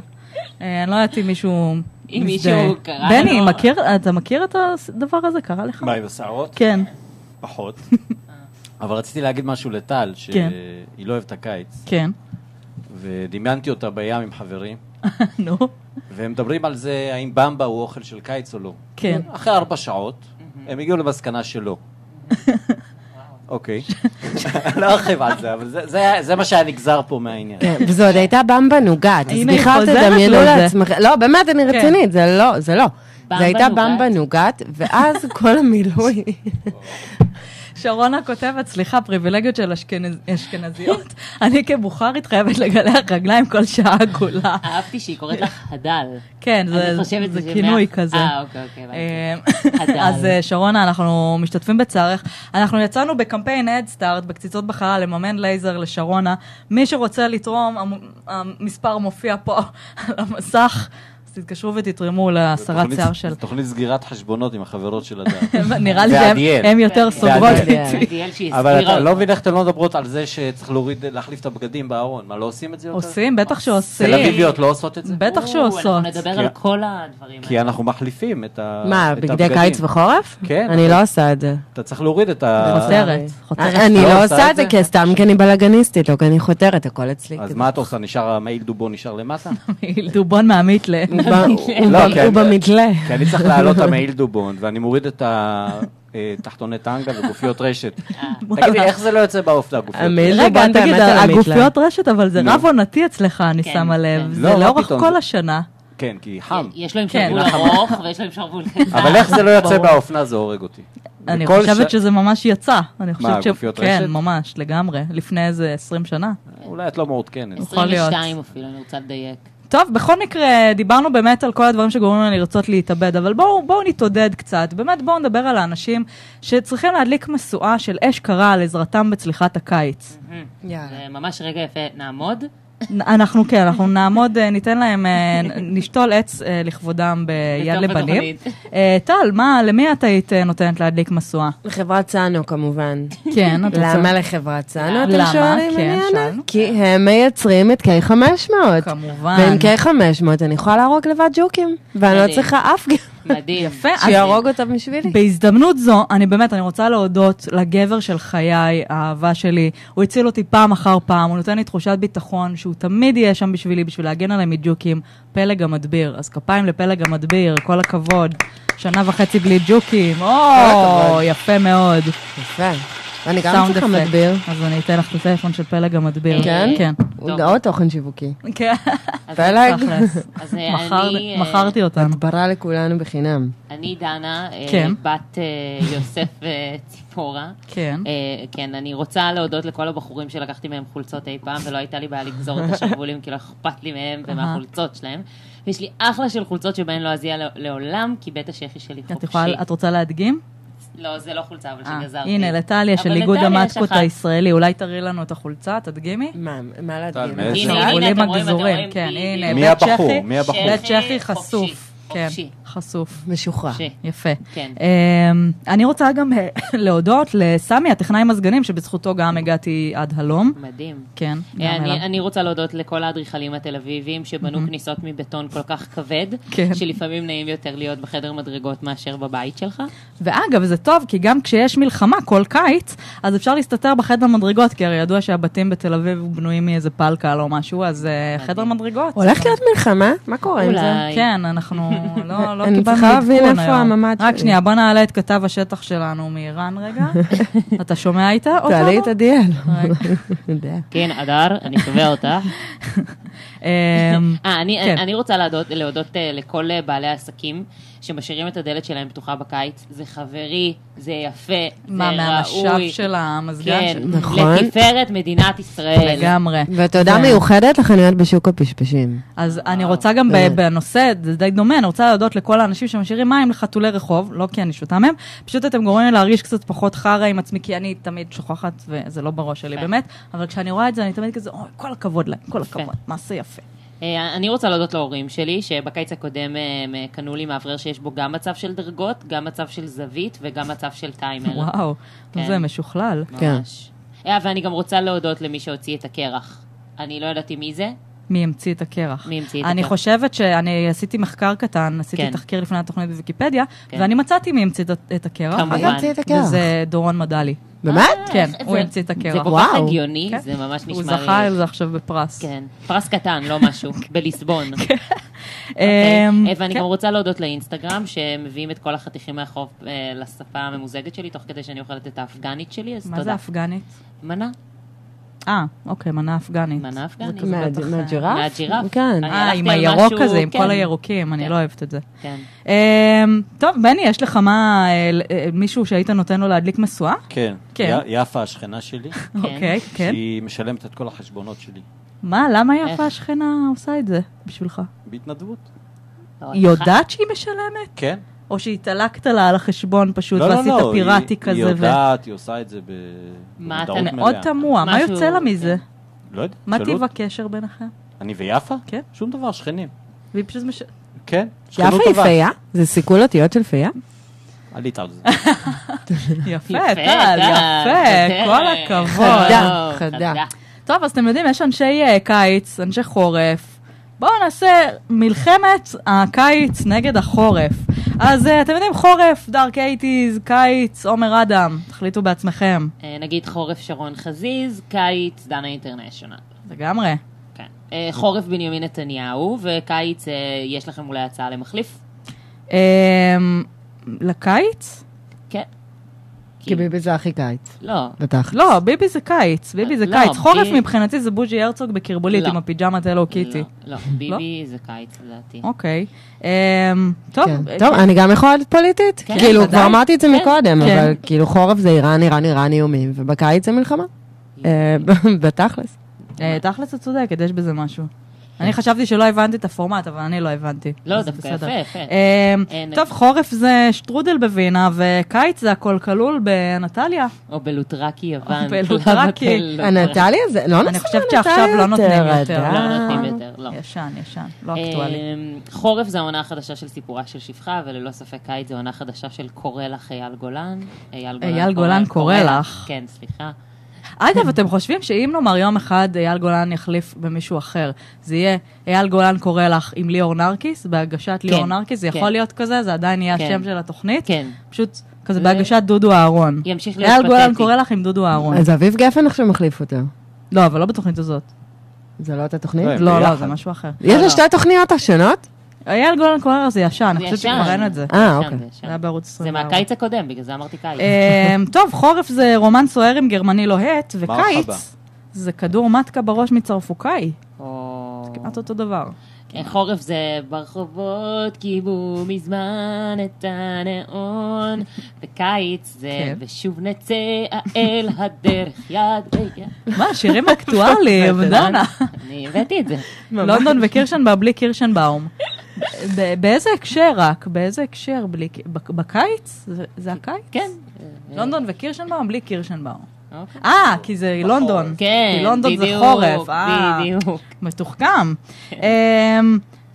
Speaker 1: אה, אני לא יודעת אם מישהו...
Speaker 5: אם
Speaker 1: מזדהה.
Speaker 5: מישהו קרא
Speaker 1: בני,
Speaker 5: לו.
Speaker 1: מכיר- אתה מכיר את הדבר הזה? קרה לך?
Speaker 3: מה, עם השערות?
Speaker 1: כן.
Speaker 3: פחות. אה. אבל רציתי להגיד משהו לטל,
Speaker 1: כן.
Speaker 3: שהיא לא אוהבת את הקיץ,
Speaker 1: כן.
Speaker 3: ודמיינתי אותה בים עם חברים,
Speaker 1: נו.
Speaker 3: והם מדברים על זה האם במבה הוא אוכל של קיץ או לא.
Speaker 1: כן.
Speaker 3: אחרי ארבע שעות, הם הגיעו למסקנה שלא. אוקיי. לא ארחיב על זה, אבל זה- זה היה- זה מה שהיה נגזר פה מהעניין.
Speaker 2: כן, וזו עוד הייתה במבה נוגת, אז
Speaker 1: הנה, היא
Speaker 2: בכלל
Speaker 1: חוזרת
Speaker 2: תדמיינו
Speaker 1: לזה. כן.
Speaker 2: לעצמכם. לא, באמת, אני רצינית, זה לא, זה לא.
Speaker 5: במבה
Speaker 2: זו הייתה
Speaker 5: נוגת.
Speaker 2: במבה נוגת, ואז כל המילוי.
Speaker 3: אה,
Speaker 1: שרונה כותבת, סליחה, פריבילגיות של אשכנז- אשכנזיות. אני כבוכרית חייבת לגלח רגליים כל שעה עגולה.
Speaker 5: אהבתי שהיא קוראת לך הדל.
Speaker 1: כן,
Speaker 5: אני
Speaker 1: זה-
Speaker 5: חושבת
Speaker 1: זה
Speaker 5: שזה
Speaker 1: כינוי
Speaker 5: מה-
Speaker 1: כזה.
Speaker 5: אה, אוקיי, אוקיי. הבנתי.
Speaker 1: אה, אז אה, שרונה, אנחנו משתתפים בצערך. אנחנו יצאנו בקמפיין אדסטארט בקציצות בחלל לממן לייזר לשרונה. מי שרוצה לתרום, המ- המספר מופיע פה על המסך, אז תתקשרו ותתרמו להסרת
Speaker 3: תוכנית-
Speaker 1: שיער של...
Speaker 3: זו תוכנית סגירת חשבונות עם החברות של הדעת.
Speaker 1: נראה לי
Speaker 3: ועדיאל.
Speaker 1: שהן יותר סוגרות
Speaker 2: ועדיאל.
Speaker 1: איתי.
Speaker 5: עדיאל שהיא
Speaker 3: אבל
Speaker 5: הסבירה
Speaker 3: אתה לא
Speaker 5: אותו.
Speaker 3: מבין איך אתן לא מדברות על זה שצריך להוריד, להחליף את הבגדים בארון. מה, לא עושים את זה יותר?
Speaker 1: עושים, בטח
Speaker 3: תל
Speaker 1: שעושים.
Speaker 3: אביביות לא עושות את זה?
Speaker 1: בטח
Speaker 5: או,
Speaker 1: שעושות.
Speaker 5: אנחנו נדבר
Speaker 3: כי-
Speaker 5: על כל הדברים האלה.
Speaker 3: כי אנחנו מחליפים את ה-
Speaker 2: מה,
Speaker 3: את
Speaker 2: בגדי
Speaker 3: הבגדים.
Speaker 2: קיץ וחורף?
Speaker 3: כן.
Speaker 2: אני לא עושה את זה.
Speaker 3: אתה צריך להוריד את ה...
Speaker 1: חותרת. חותרת.
Speaker 2: אני
Speaker 3: לא
Speaker 2: לא
Speaker 3: עושה
Speaker 2: עושה
Speaker 3: את
Speaker 2: את זה,
Speaker 3: זה?
Speaker 2: כי סתם כי אני בלאגניסטית, לא כי אני חותרת, הכל אצלי.
Speaker 3: אז
Speaker 2: כזה.
Speaker 3: מה את עושה? נשאר המעיל דובון נשאר למטה?
Speaker 1: דובון מעמית ל...
Speaker 2: הוא ב- הוא
Speaker 3: לא,
Speaker 2: ב-
Speaker 3: כן.
Speaker 2: הוא במדלה.
Speaker 3: כי אני צריך להעלות את המעיל דובון, ואני מוריד את התחתוני טנגה וגופיות רשת.
Speaker 5: אה,
Speaker 3: תגידי, איך זה לא יוצא באופנה, גופיות רשת?
Speaker 2: המעיל
Speaker 1: רגע,
Speaker 2: דובון
Speaker 1: תגיד,
Speaker 2: באמת על המתלה.
Speaker 1: הגופיות רשת, אבל זה
Speaker 3: נו.
Speaker 1: רב עונתי אצלך, אני
Speaker 5: כן,
Speaker 1: שמה לב.
Speaker 5: כן.
Speaker 1: זה
Speaker 3: לא, מה
Speaker 1: לאורך
Speaker 3: פתאום?
Speaker 1: כל השנה.
Speaker 3: כן, כי חם.
Speaker 5: יש לו עם
Speaker 1: כן.
Speaker 5: שרוול ארוך, ויש לו עם שרוול קצר.
Speaker 3: אבל איך זה לא יוצא באופנה, זה הורג אותי.
Speaker 1: אני
Speaker 3: בכל
Speaker 1: חושבת
Speaker 3: ש-
Speaker 1: שזה ממש יצא. אני חושבת ש...
Speaker 3: הגופיות
Speaker 1: כן,
Speaker 3: רשת?
Speaker 1: ממש, לגמרי. לפני איזה 20 שנה.
Speaker 3: אולי את לא מעודכנת.
Speaker 1: יכול להיות.
Speaker 5: 22 אפילו, אני רוצה לדייק.
Speaker 1: טוב, בכל מקרה, דיברנו באמת על כל הדברים שגורמים לנו לרצות להתאבד, אבל בואו בואו נתעודד קצת. באמת, בואו נדבר על האנשים שצריכים להדליק משואה של אש קרה על עזרתם בצליחת הקיץ.
Speaker 5: זה ממש רגע יפה, נעמוד.
Speaker 1: נ- אנחנו, כן, אנחנו נעמוד, אה, ניתן להם, אה, נ- נשתול עץ אה, לכבודם ביד
Speaker 5: בתוך
Speaker 1: לבנים.
Speaker 5: התוכנית.
Speaker 1: אה, טל, מה, למי את היית אה, נותנת להדליק משואה?
Speaker 2: חברת סאנו כמובן.
Speaker 1: כן, את רוצה...
Speaker 2: למה לחברת סאנו אתם
Speaker 1: למה?
Speaker 2: שואלים?
Speaker 1: כן,
Speaker 2: אני אענה.
Speaker 1: שאלנו.
Speaker 2: כי הם מייצרים את K500.
Speaker 1: כמובן.
Speaker 2: ועם K500 אני יכולה להרוג לבד ג'וקים, ואני לא
Speaker 5: מדהים.
Speaker 2: צריכה אף גבר
Speaker 5: מדהים.
Speaker 1: יפה, אז-
Speaker 2: שיהרוג אותם בשבילי.
Speaker 1: בהזדמנות זו, אני באמת, אני רוצה להודות לגבר של חיי, האהבה שלי. הוא הציל אותי פעם אחר פעם, הוא נותן לי תחושת ביטחון שהוא תמיד יהיה שם בשבילי, בשביל להגן עליי מג'וקים. פלג המדביר. אז כפיים לפלג המדביר, כל הכבוד. שנה וחצי בלי ג'וקים. או, יפה מאוד.
Speaker 2: יפה. אני גם
Speaker 1: סאונד
Speaker 2: צריכה
Speaker 1: אפקט.
Speaker 2: מדביר.
Speaker 1: אז אני אתן לך את הטלפון של פלג המדביר.
Speaker 2: כן?
Speaker 1: כן.
Speaker 2: הוא עוד תוכן שיווקי.
Speaker 1: כן.
Speaker 5: אז-
Speaker 2: פלג.
Speaker 1: תכלס.
Speaker 5: אז אה,
Speaker 1: מכר-
Speaker 5: אני... אה,
Speaker 1: מכרתי אותנו.
Speaker 2: ברא לכולנו בחינם.
Speaker 5: אני דנה, אה,
Speaker 1: כן.
Speaker 5: בת אה, יוסף אה, ציפורה.
Speaker 1: כן.
Speaker 5: אה, כן, אני רוצה להודות לכל הבחורים שלקחתי מהם חולצות אי פעם, ולא הייתה לי בעיה לגזור את השרוולים, כי לא אכפת לי מהם ומהחולצות שלהם. ויש לי אחלה של חולצות שבהן לא אזיע לא- לעולם, כי בית השחי שלי
Speaker 1: את
Speaker 5: חופשי.
Speaker 1: יכולה, את רוצה להדגים?
Speaker 5: לא, זה לא חולצה, אבל
Speaker 1: אה,
Speaker 5: שגזרתי.
Speaker 1: הנה, לטליה של
Speaker 5: אבל
Speaker 1: איגוד
Speaker 5: לטליה יש
Speaker 1: המטקות
Speaker 5: אחת.
Speaker 1: הישראלי, אולי תראי לנו את החולצה, תדגימי.
Speaker 2: מה, מה להדגים?
Speaker 3: מאיזה-
Speaker 5: הנה,
Speaker 1: העולים
Speaker 5: אתם רואים, אתם
Speaker 1: הגזורים,
Speaker 5: רואים,
Speaker 1: כן,
Speaker 5: בדיוק.
Speaker 1: הנה,
Speaker 3: מי
Speaker 1: בית
Speaker 3: הבחור?
Speaker 1: צ'כי,
Speaker 3: מי הבחור?
Speaker 1: בית צ'כי
Speaker 5: חופשי.
Speaker 1: חשוף. כן,
Speaker 5: חופשי.
Speaker 1: חשוף.
Speaker 2: משוחרר.
Speaker 5: חופשי.
Speaker 1: יפה.
Speaker 5: כן.
Speaker 1: Um, אני רוצה גם אה, להודות לסמי, הטכנאי מזגנים, שבזכותו גם הגעתי עד הלום.
Speaker 5: מדהים.
Speaker 1: כן, גם
Speaker 5: אה, אני,
Speaker 1: אליו.
Speaker 5: אני רוצה להודות לכל האדריכלים התל אביבים שבנו כניסות מבטון כל כך כבד,
Speaker 1: כן.
Speaker 5: שלפעמים נעים יותר להיות בחדר מדרגות מאשר בבית שלך.
Speaker 1: ואגב, זה טוב, כי גם כשיש מלחמה כל קיץ, אז אפשר להסתתר בחדר מדרגות, כי הרי ידוע שהבתים בתל אביב בנויים מאיזה פלקל או משהו, אז אה, חדר מדרגות.
Speaker 2: הולכת להיות מלחמה? מה קורה עם זה?
Speaker 5: אולי.
Speaker 1: כן, אנחנו לא, לא
Speaker 2: אני
Speaker 1: קיבלנו
Speaker 2: צריכה להבין
Speaker 1: עדכון
Speaker 2: איפה
Speaker 1: היום.
Speaker 2: הממ"ד
Speaker 1: רק
Speaker 2: שלי.
Speaker 1: שנייה, בוא נעלה את כתב השטח שלנו מאיראן רגע. אתה שומע איתה?
Speaker 2: תעלי את
Speaker 1: אותנו?
Speaker 2: עדיאל.
Speaker 1: רגע.
Speaker 2: יודע.
Speaker 5: כן, אדר, אני שווה אותך.
Speaker 1: אמ,
Speaker 5: אה, אני,
Speaker 1: כן.
Speaker 5: כן. אני רוצה להודות, להודות אה, לכל אה, בעלי העסקים שמשאירים את הדלת שלהם פתוחה בקיץ. זה חברי, זה יפה, זה
Speaker 1: מה,
Speaker 5: ראוי.
Speaker 1: מהמשאב של המזגן?
Speaker 5: כן,
Speaker 1: של-
Speaker 2: נכון.
Speaker 5: לתפארת מדינת ישראל.
Speaker 1: לגמרי.
Speaker 2: ותודה
Speaker 1: ו-
Speaker 2: מיוחדת לחנויות בשוק הפשפשים.
Speaker 1: אז אני רוצה גם ב-
Speaker 2: באמת.
Speaker 1: בנושא, זה די דומה, אני רוצה להודות לכל האנשים שמשאירים מים לחתולי רחוב, לא כי אני שותה מהם, פשוט אתם גורמים לי להרגיש קצת פחות חרא עם עצמי, כי אני תמיד שוכחת, וזה לא בראש שלי באמת, אבל כשאני רואה את זה, אני תמיד כזה, אוי, כל הכבוד להם, כל הכבוד, מעשה יפה.
Speaker 5: אה, אני רוצה להודות להורים שלי, שבקיץ הקודם אה, הם אה, קנו לי מאוורר שיש בו גם מצב של דרגות, גם מצב של זווית וגם מצב של טיימר.
Speaker 1: וואו,
Speaker 5: כן.
Speaker 1: זה משוכלל.
Speaker 5: ממש.
Speaker 2: כן.
Speaker 5: אה, ואני גם רוצה להודות למי שהוציא את הקרח. אני לא ידעתי מי זה,
Speaker 1: מי המציא את הקרח.
Speaker 5: מי המציא את
Speaker 1: אני
Speaker 5: הקרח.
Speaker 1: חושבת שאני עשיתי מחקר קטן, עשיתי
Speaker 5: כן.
Speaker 1: תחקיר לפני התוכנית בוויקיפדיה,
Speaker 5: כן.
Speaker 1: ואני מצאתי מי המציא את- את הקרח.
Speaker 5: כמובן.
Speaker 2: מי המציא את הקרח?
Speaker 1: וזה דורון מדלי.
Speaker 2: באמת?
Speaker 1: כן,
Speaker 5: איך
Speaker 1: הוא
Speaker 5: אה, זה-
Speaker 1: המציא את
Speaker 5: זה
Speaker 1: הקרח.
Speaker 5: כל כך
Speaker 2: וואו.
Speaker 5: הגיוני,
Speaker 1: כן.
Speaker 5: זה ממש נשמע
Speaker 1: הוא
Speaker 5: לי...
Speaker 1: זכה על זה עכשיו בפרס.
Speaker 5: כן, פרס קטן, לא משהו, בליסבון. אוקיי.
Speaker 1: כן. אמ,
Speaker 5: אה, ואני
Speaker 1: כן.
Speaker 5: גם רוצה להודות לאינסטגרם, שמביאים את כל החתיכים מהחוף אה, לשפה הממוזגת שלי, תוך כדי שאני אוכלת את האפגנית שלי, אז
Speaker 1: מה זה
Speaker 5: תודה.
Speaker 1: אפגנית?
Speaker 5: מנה,
Speaker 1: אה, אוקיי, מנה אפגנית.
Speaker 5: מנה אפגנית.
Speaker 1: כזה
Speaker 2: מה-
Speaker 1: בטח-
Speaker 2: מהג'ירף?
Speaker 5: מהג'ירף.
Speaker 2: כן.
Speaker 5: אני
Speaker 1: אה,
Speaker 5: הלכתי
Speaker 1: עם
Speaker 5: על
Speaker 1: הירוק
Speaker 5: משהו-
Speaker 1: הזה, עם
Speaker 5: כן.
Speaker 1: כל הירוקים, אני
Speaker 5: כן.
Speaker 1: לא אוהבת את זה.
Speaker 5: כן.
Speaker 1: אמ, טוב, בני, יש לך מה, אה, ל- אה, מישהו שהיית נותן לו להדליק משואה?
Speaker 3: כן.
Speaker 1: כן.
Speaker 3: י- יפה, השכנה שלי,
Speaker 1: אוקיי, כן.
Speaker 3: שהיא משלמת את כל החשבונות שלי.
Speaker 1: מה, למה יפה
Speaker 5: איך?
Speaker 1: השכנה עושה את זה בשבילך?
Speaker 3: אה, בהתנדבות.
Speaker 5: לא,
Speaker 1: היא יודעת שהיא משלמת?
Speaker 3: כן.
Speaker 1: או שהתעלקת לה על החשבון פשוט,
Speaker 3: לא, לא,
Speaker 1: ועשית
Speaker 3: לא,
Speaker 1: פיראטי
Speaker 3: היא-
Speaker 1: כזה?
Speaker 3: היא
Speaker 1: ו-
Speaker 3: יודעת, היא עושה את זה
Speaker 5: מה, אתה
Speaker 3: במודעות מלאה.
Speaker 1: מאוד תמוה, מה
Speaker 5: משהו-
Speaker 1: יוצא לה מזה?
Speaker 3: לא יודע,
Speaker 1: מה
Speaker 3: שאלו
Speaker 1: טיב
Speaker 3: אותי.
Speaker 1: הקשר ביניכם?
Speaker 3: אני ויפה?
Speaker 1: כן.
Speaker 3: שום דבר, שכנים.
Speaker 1: והיא פשוט מש...
Speaker 3: כן, שכנות
Speaker 2: יפה
Speaker 3: טובה.
Speaker 2: היא פייה? זה סיכול אותיות של פייה?
Speaker 3: עלית על זה.
Speaker 1: יפה,
Speaker 5: יפה, אה.
Speaker 1: טל, יפה,
Speaker 5: טל.
Speaker 1: כל הכבוד.
Speaker 2: חדה,
Speaker 5: לא,
Speaker 2: חדה.
Speaker 1: טוב, אז אתם יודעים, יש אנשי אה, קיץ, אנשי חורף. בואו נעשה מלחמת הקיץ נגד החורף. אז אה, אתם יודעים, חורף, דארק אייטיז, קיץ, עומר אדם, תחליטו בעצמכם.
Speaker 5: אה, נגיד חורף שרון חזיז, קיץ דנה אינטרנשיונל.
Speaker 1: לגמרי.
Speaker 5: כן. אה, חורף בנימין נתניהו, וקיץ אה, יש לכם אולי הצעה למחליף?
Speaker 1: אמ, לקיץ?
Speaker 5: כן.
Speaker 2: כי ביבי זה הכי קיץ,
Speaker 5: לא,
Speaker 2: בתכל'ס.
Speaker 1: לא, ביבי זה קיץ, ביבי זה
Speaker 5: לא,
Speaker 1: קיץ. חורף
Speaker 5: ביבי-
Speaker 1: מבחינתי זה בוז'י הרצוג בקרבולית
Speaker 5: לא.
Speaker 1: עם הפיג'מת הלו קיטי.
Speaker 5: לא, לא, ביבי זה קיץ לדעתי.
Speaker 1: אוקיי. אמ, טוב,
Speaker 2: כן. טוב, אני גם יכולה להיות פוליטית. כאילו,
Speaker 1: ודאי.
Speaker 2: כבר אמרתי את זה
Speaker 5: כן.
Speaker 2: מקודם,
Speaker 1: כן.
Speaker 2: אבל כאילו חורף זה איראן, איראן, איראן איומים, ובקיץ זה מלחמה. אה, ב- בתכל'ס.
Speaker 1: אה, תכלס את צודקת, יש בזה משהו. אני חשבתי שלא הבנתי את הפורמט, אבל אני לא הבנתי.
Speaker 5: לא,
Speaker 1: אז
Speaker 5: דווקא
Speaker 1: בסדר.
Speaker 5: יפה, יפה.
Speaker 1: אמ,
Speaker 5: אין-
Speaker 1: טוב, חורף זה שטרודל בווינה, וקיץ זה הכל כלול בנטליה.
Speaker 5: או בלוטרקי יוון. לא
Speaker 1: או בלוטרקי.
Speaker 5: למה בלוטרקי?
Speaker 2: הנטלי הזה, אה, לא נותנים
Speaker 1: חושבת
Speaker 2: הנטלי
Speaker 1: שעכשיו לא נותנים
Speaker 2: יותר,
Speaker 1: יותר.
Speaker 2: אתה-
Speaker 5: לא נותנים יותר, לא.
Speaker 1: ישן, ישן, לא אקטואלי.
Speaker 5: אמ, חורף זה העונה החדשה של סיפורה של שפחה, וללא ספק קיץ זה עונה חדשה של קורא לך אייל גולן.
Speaker 1: אייל גולן קורא לך.
Speaker 5: כן, סליחה.
Speaker 1: אגב, אתם חושבים שאם נאמר יום אחד אייל גולן יחליף במישהו אחר, זה יהיה אייל גולן קורא לך עם ליאור נרקיס, בהגשת ליאור
Speaker 5: כן,
Speaker 1: נרקיס, זה
Speaker 5: כן.
Speaker 1: יכול להיות כזה, זה עדיין יהיה
Speaker 5: כן.
Speaker 1: השם של התוכנית?
Speaker 5: כן.
Speaker 1: פשוט כזה בהגשת דודו אהרון.
Speaker 5: ימשיך להיות
Speaker 1: אייל גולן
Speaker 5: פתטי.
Speaker 1: קורא לך עם דודו אהרון.
Speaker 2: אז אביב גפן עכשיו מחליף אותו.
Speaker 1: לא, אבל לא בתוכנית הזאת.
Speaker 2: זה לא אותה תוכנית?
Speaker 3: לא, הם
Speaker 1: לא, לא,
Speaker 3: ביחד.
Speaker 1: זה משהו אחר.
Speaker 2: יש
Speaker 5: לא.
Speaker 2: לה שתי תוכניות השונות?
Speaker 1: אייל גולן קורר זה ישן, אני
Speaker 5: זה
Speaker 1: חושבת
Speaker 5: ישן.
Speaker 1: שכבר אין את זה.
Speaker 2: אה,
Speaker 5: ישן,
Speaker 2: אוקיי.
Speaker 5: זה
Speaker 1: זה
Speaker 5: ישן.
Speaker 1: היה בערוץ
Speaker 5: זה
Speaker 1: 24.
Speaker 5: מהקיץ הקודם, בגלל זה אמרתי קיץ.
Speaker 1: אמ, טוב, חורף זה רומן סוער עם גרמני לוהט,
Speaker 3: מרחבה.
Speaker 1: וקיץ זה כדור מתקה בראש מצרפוקאי.
Speaker 5: או-
Speaker 1: כמעט אותו דבר.
Speaker 5: כן, חורף זה ברחובות כיבו מזמן את הנאון, וקיץ זה
Speaker 1: כן.
Speaker 5: ושוב נצא אל הדרך יד רגע.
Speaker 1: מה, שירים אקטואליים, דנה.
Speaker 5: אני הבאתי את זה.
Speaker 1: לונדון וקירשנבאום בלי קירשנבאום. ב- באיזה הקשר רק? באיזה הקשר? בלי ק- בק- בקיץ? זה- זה הקיץ?
Speaker 5: כן.
Speaker 1: לונדון וקירשנבאום בלי קירשנבאום.
Speaker 5: אוקיי.
Speaker 1: אה, כי זה לונדון.
Speaker 5: כן,
Speaker 1: כי לונדון זה
Speaker 5: בדיוק,
Speaker 1: חורף. אה.
Speaker 5: בדיוק.
Speaker 1: מתוחכם. אמ,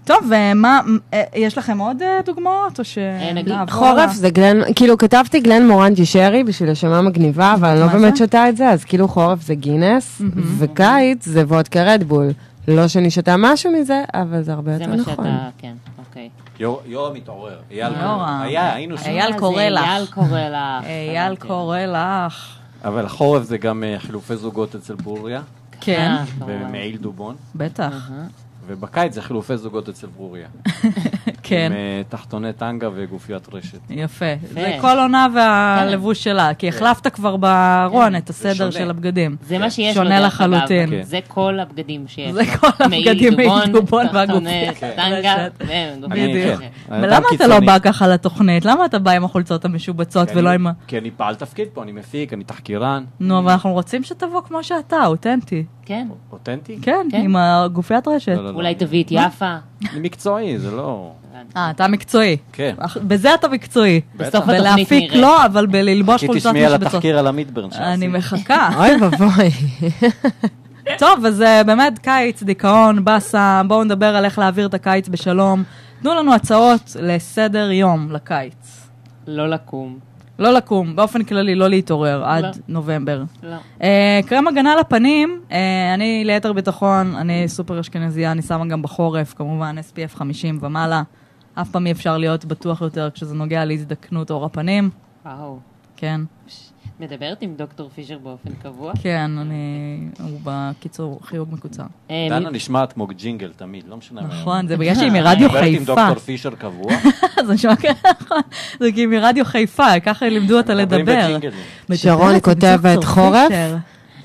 Speaker 1: טוב, ומה, אה, יש לכם עוד אה, דוגמאות, או ש...
Speaker 5: נגיד,
Speaker 1: נעבור
Speaker 2: חורף
Speaker 1: ל-
Speaker 2: זה גלן, כאילו כתבתי גלן מורן ג'ישרי בשביל השמה מגניבה, אבל אני לא
Speaker 1: מה זה?
Speaker 2: באמת שותה את זה, אז כאילו חורף זה גינס, וקיץ זה וודקה רדבול. לא שאני שותה משהו מזה, אבל זה הרבה
Speaker 5: זה
Speaker 2: יותר
Speaker 5: מה
Speaker 2: נכון.
Speaker 5: שאתה, כן, אוקיי.
Speaker 3: יור- יורם התעורר. אייל
Speaker 1: יורם.
Speaker 3: קורא. היה, היינו שם.
Speaker 1: אייל
Speaker 5: אז
Speaker 1: קורא לך.
Speaker 5: אייל קורא לך. כן.
Speaker 1: אייל
Speaker 5: הבנתי.
Speaker 1: קורא לך.
Speaker 3: אבל החורף זה גם אה, חילופי זוגות אצל ברוריה,
Speaker 1: כן,
Speaker 5: אה, כמובן.
Speaker 3: במעיל דובון,
Speaker 1: בטח.
Speaker 3: ובקיץ זה חילופי זוגות אצל ברוריה.
Speaker 1: כן,
Speaker 3: עם אה, תחתוני טנגה וגופיית רשת.
Speaker 1: יפה. זה כל עונה והלבוש שלה, כי החלפת כבר בארון את הסדר
Speaker 3: שונה.
Speaker 1: של הבגדים.
Speaker 5: זה מה שיש לו,
Speaker 1: שונה
Speaker 5: דרך אגב.
Speaker 1: לחלוטין.
Speaker 3: כן.
Speaker 5: זה כל הבגדים שיש
Speaker 1: זה
Speaker 5: לו.
Speaker 1: כל
Speaker 5: מעיל
Speaker 1: הבגדים, מעיל דובון
Speaker 5: תחתוני
Speaker 1: והגופייה.
Speaker 5: טנגה,
Speaker 1: רשת.
Speaker 5: ו-
Speaker 3: אני-
Speaker 1: בדיוק.
Speaker 3: כן. אדם
Speaker 1: ולמה אתה
Speaker 3: קיצוני.
Speaker 1: לא בא ככה לתוכנית? למה אתה בא עם החולצות המשובצות
Speaker 3: כי
Speaker 1: ולא
Speaker 3: כן, אני-
Speaker 1: עם ה...
Speaker 3: כי אני פעל תפקיד פה, אני מפיק, אני תחקירן.
Speaker 1: נו, אבל אנחנו רוצים שתבוא כמו שאתה, אותנטי.
Speaker 5: כן,
Speaker 3: אותנטי?
Speaker 1: כן,
Speaker 5: כן.
Speaker 1: עם הגופיית רשת.
Speaker 3: לא, לא, לא.
Speaker 5: אולי תביא את יפה.
Speaker 3: אני מקצועי, זה לא...
Speaker 1: אה, אתה מקצועי.
Speaker 3: כן.
Speaker 1: אך- בזה אתה מקצועי.
Speaker 5: בסוף התוכנית
Speaker 1: בלהפיק
Speaker 5: נראה.
Speaker 1: לא, אבל בללבוש
Speaker 3: כי
Speaker 1: חולצות
Speaker 3: תשמעי על
Speaker 1: משבצות.
Speaker 3: התחקיר על המידברן שעשית.
Speaker 1: אני מחכה.
Speaker 2: אוי ואבוי.
Speaker 1: טוב, אז אה, באמת, קיץ, דיכאון, באסה, בואו נדבר על איך להעביר את הקיץ בשלום. תנו לנו הצעות לסדר יום לקיץ.
Speaker 5: לא לקום.
Speaker 1: לא לקום, באופן כללי, לא להתעורר עד
Speaker 5: לא.
Speaker 1: נובמבר.
Speaker 5: לא.
Speaker 1: אה, קרם הגנה לפנים, אה, אני ליתר ביטחון, אני סופר אשכנזייה, אני שמה גם בחורף, כמובן SPF 50 ומעלה. אף פעם אי אפשר להיות בטוח יותר כשזה נוגע להזדקנות עור הפנים.
Speaker 5: וואו.
Speaker 1: כן,
Speaker 5: מדברת עם דוקטור פישר באופן קבוע?
Speaker 1: כן, אני... הוא בקיצור חיוג מקוצר.
Speaker 5: אה,
Speaker 3: כן. דנה
Speaker 5: מי-
Speaker 3: נשמעת כמו ג'ינגל תמיד, לא משנה. מה.
Speaker 1: נכון, זה בגלל שהיא מרדיו
Speaker 3: מדברת עם
Speaker 1: חיפה.
Speaker 3: דוקטור פישר קבוע.
Speaker 1: זה נשמע ככה, נכון. זה כי מרדיו חיפה, ככה לימדו אותה
Speaker 3: מדברים
Speaker 1: לדבר.
Speaker 3: בג'ינגלים.
Speaker 1: מדברת
Speaker 2: שרון
Speaker 1: עם אה,
Speaker 2: כותבת
Speaker 1: דוקטור
Speaker 2: חורף?
Speaker 1: פישר.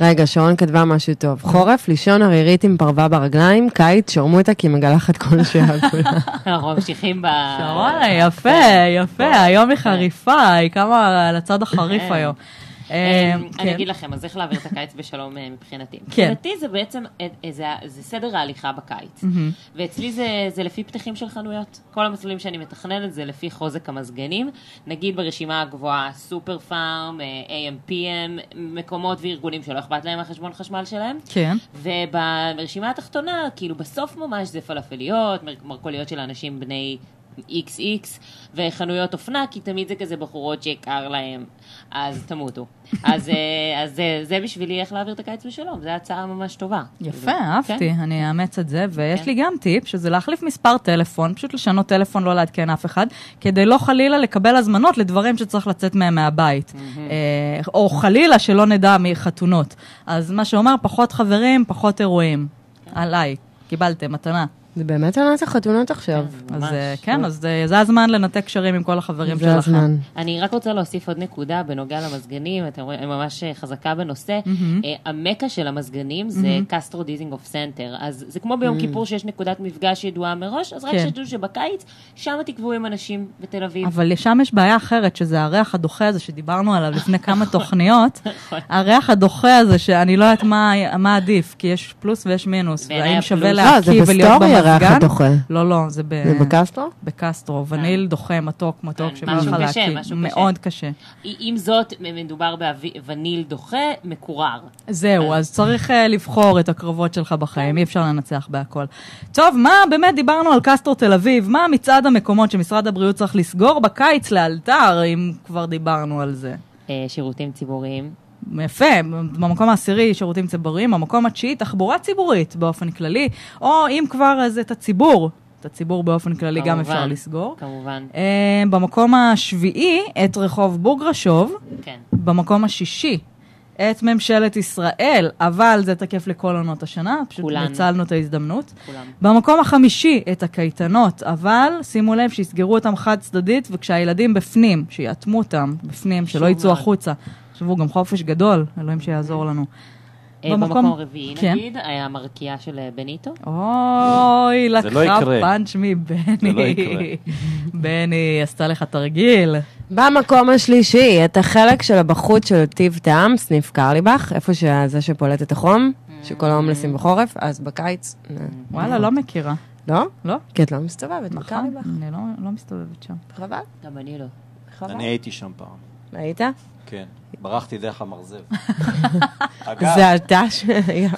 Speaker 2: רגע, שרון כתבה משהו טוב. חורף, לישון ערירית עם פרווה ברגליים, קיץ, שרמוטה כי מגלחת כל שעה כולה.
Speaker 5: אנחנו ממשיכים ב... אה,
Speaker 1: וואלה, יפה, יפה, היום היא חריפה, היא קמה על הצד החריף
Speaker 5: כן.
Speaker 1: היום.
Speaker 5: אה, אה,
Speaker 1: אה,
Speaker 5: אני
Speaker 1: כן.
Speaker 5: אגיד לכם, אז איך להעביר את הקיץ בשלום אה, מבחינתי?
Speaker 1: כן.
Speaker 5: מבחינתי זה בעצם, אה, אה, זה ה- זה סדר ההליכה
Speaker 1: Mm.
Speaker 5: בקיץ. ואצלי זה- זה לפי פתחים של חנויות. כל המסלולים שאני מתכננת זה לפי חוזק המזגנים. נגיד ברשימה הגבוהה סופר פארם, אה, AMPM, מקומות וארגונים שלא אכפת להם מהחשבון חשמל שלהם.
Speaker 1: כן.
Speaker 5: וברשימה התחתונה, כאילו בסוף ממש זה פלאפליות, מר- מרכוליות של אנשים בני XX, וחנויות אופנה, כי תמיד זה כזה בחורות שיקר להם, אז תמותו. אז, אה, אז זה, זה בשבילי איך להעביר את הקיץ בשלום, זו הצעה ממש טובה.
Speaker 1: יפה,
Speaker 5: כאילו,
Speaker 1: אהבתי,
Speaker 5: כן?
Speaker 1: אני אאמץ את זה, ויש
Speaker 5: כן.
Speaker 1: לי גם טיפ, שזה להחליף מספר טלפון, פשוט לשנות טלפון, לא לעדכן אף אחד, כדי לא חלילה לקבל הזמנות לדברים שצריך לצאת מהם מהבית. אה, או חלילה שלא נדע מחתונות. אז מה שאומר, פחות חברים, פחות אירועים.
Speaker 5: כן.
Speaker 1: עליי, קיבלתם, מתנה.
Speaker 2: זה באמת עונת החתונות עכשיו.
Speaker 1: אז
Speaker 5: ממש.
Speaker 1: אה, כן, אז אה, זה הזמן לנתק קשרים עם כל החברים
Speaker 2: זה
Speaker 1: שלכם.
Speaker 2: הזמן.
Speaker 5: אני רק רוצה להוסיף עוד נקודה בנוגע למזגנים, אתם רואים, אני ממש אה, חזקה בנושא. אה, המקה של המזגנים זה קסטרו דיזינגוף סנטר. אז זה כמו ביום כיפור שיש נקודת מפגש ידועה מראש, אז רק
Speaker 1: Mm. כן.
Speaker 5: שתדעו שבקיץ, שם תקבעו עם אנשים בתל אביב.
Speaker 1: אבל שם יש בעיה אחרת, שזה הריח הדוחה הזה שדיברנו עליו לפני
Speaker 5: נכון.
Speaker 1: כמה תוכניות. הריח הדוחה הזה, שאני לא יודעת מה, מה עדיף, כי יש פלוס ויש מינוס,
Speaker 5: בעיניי
Speaker 1: והאם שווה
Speaker 5: הפלוס-
Speaker 2: לא, זה
Speaker 1: להקיא ולהיות
Speaker 2: בסטורי הריח
Speaker 1: במזגן?
Speaker 2: הדוחה.
Speaker 1: לא, לא, זה ב-
Speaker 2: זה בקסטרו?
Speaker 1: בקסטרו, וניל דוחה מתוק מתוק,
Speaker 5: כן,
Speaker 1: שבא לך
Speaker 5: משהו קשה,
Speaker 1: להקיא,
Speaker 5: משהו קשה.
Speaker 1: מאוד קשה.
Speaker 5: עם זאת, מדובר בווניל דוחה, מקורר.
Speaker 1: זהו, אז צריך אה, לבחור את הקרבות שלך בחיים, אי אפשר לנצח בהכל. טוב, מה באמת דיברנו על קסטרו תל אביב, מה מצעד המקומות שמשרד הבריאות צריך לסגור בקיץ לאלתר, אם כבר דיברנו על זה?
Speaker 5: אה, שירותים ציבוריים.
Speaker 1: יפה, במקום העשירי שירותים ציבוריים, במקום התשיעי תחבורה ציבורית באופן כללי, או אם כבר אז את הציבור, את הציבור באופן כללי גם
Speaker 5: כמובן,
Speaker 1: אפשר לסגור.
Speaker 5: כמובן,
Speaker 1: אה, במקום השביעי את רחוב בוגרשוב,
Speaker 5: כן.
Speaker 1: במקום השישי את ממשלת ישראל, אבל זה תקף לכל עונות השנה, פשוט
Speaker 5: כולן.
Speaker 1: ניצלנו את ההזדמנות.
Speaker 5: כולם.
Speaker 1: במקום החמישי את הקייטנות, אבל שימו לב שיסגרו אותם חד צדדית, וכשהילדים בפנים, שיאטמו אותם בפנים, שלא
Speaker 5: חשוב
Speaker 1: יצאו
Speaker 5: מאוד. כן.
Speaker 1: החוצה. תחשבו, גם חופש גדול, אלוהים שיעזור לנו.
Speaker 5: אה,
Speaker 1: במקום-
Speaker 5: במקום הרביעי,
Speaker 1: כן.
Speaker 5: נגיד, היה המרקיע של אה, בניטו.
Speaker 1: אוי,
Speaker 3: זה לא
Speaker 1: לקחה
Speaker 3: יקרה.
Speaker 1: פאנץ'
Speaker 3: זה לא
Speaker 1: מבני.
Speaker 3: יקרה.
Speaker 1: בני עשתה לך תרגיל.
Speaker 2: במקום השלישי, את החלק של הבחוץ של טיב טעם, סניף קרליבך, איפה שזה שפולט את החום, שכל ההומלסים בחורף, אז בקיץ, אה,
Speaker 1: וואלה, לא מכירה.
Speaker 2: לא?
Speaker 1: לא?
Speaker 2: כי את לא מסתובבת
Speaker 1: נכון?
Speaker 2: בקרליבך.
Speaker 1: אני לא- לא מסתובבת שם.
Speaker 2: חבל,
Speaker 5: גם אני לא.
Speaker 2: חבל.
Speaker 3: אני הייתי שם פעם.
Speaker 2: היית?
Speaker 3: כן. ברחתי דרך המרזב. אגב,
Speaker 2: זה אתה שהיה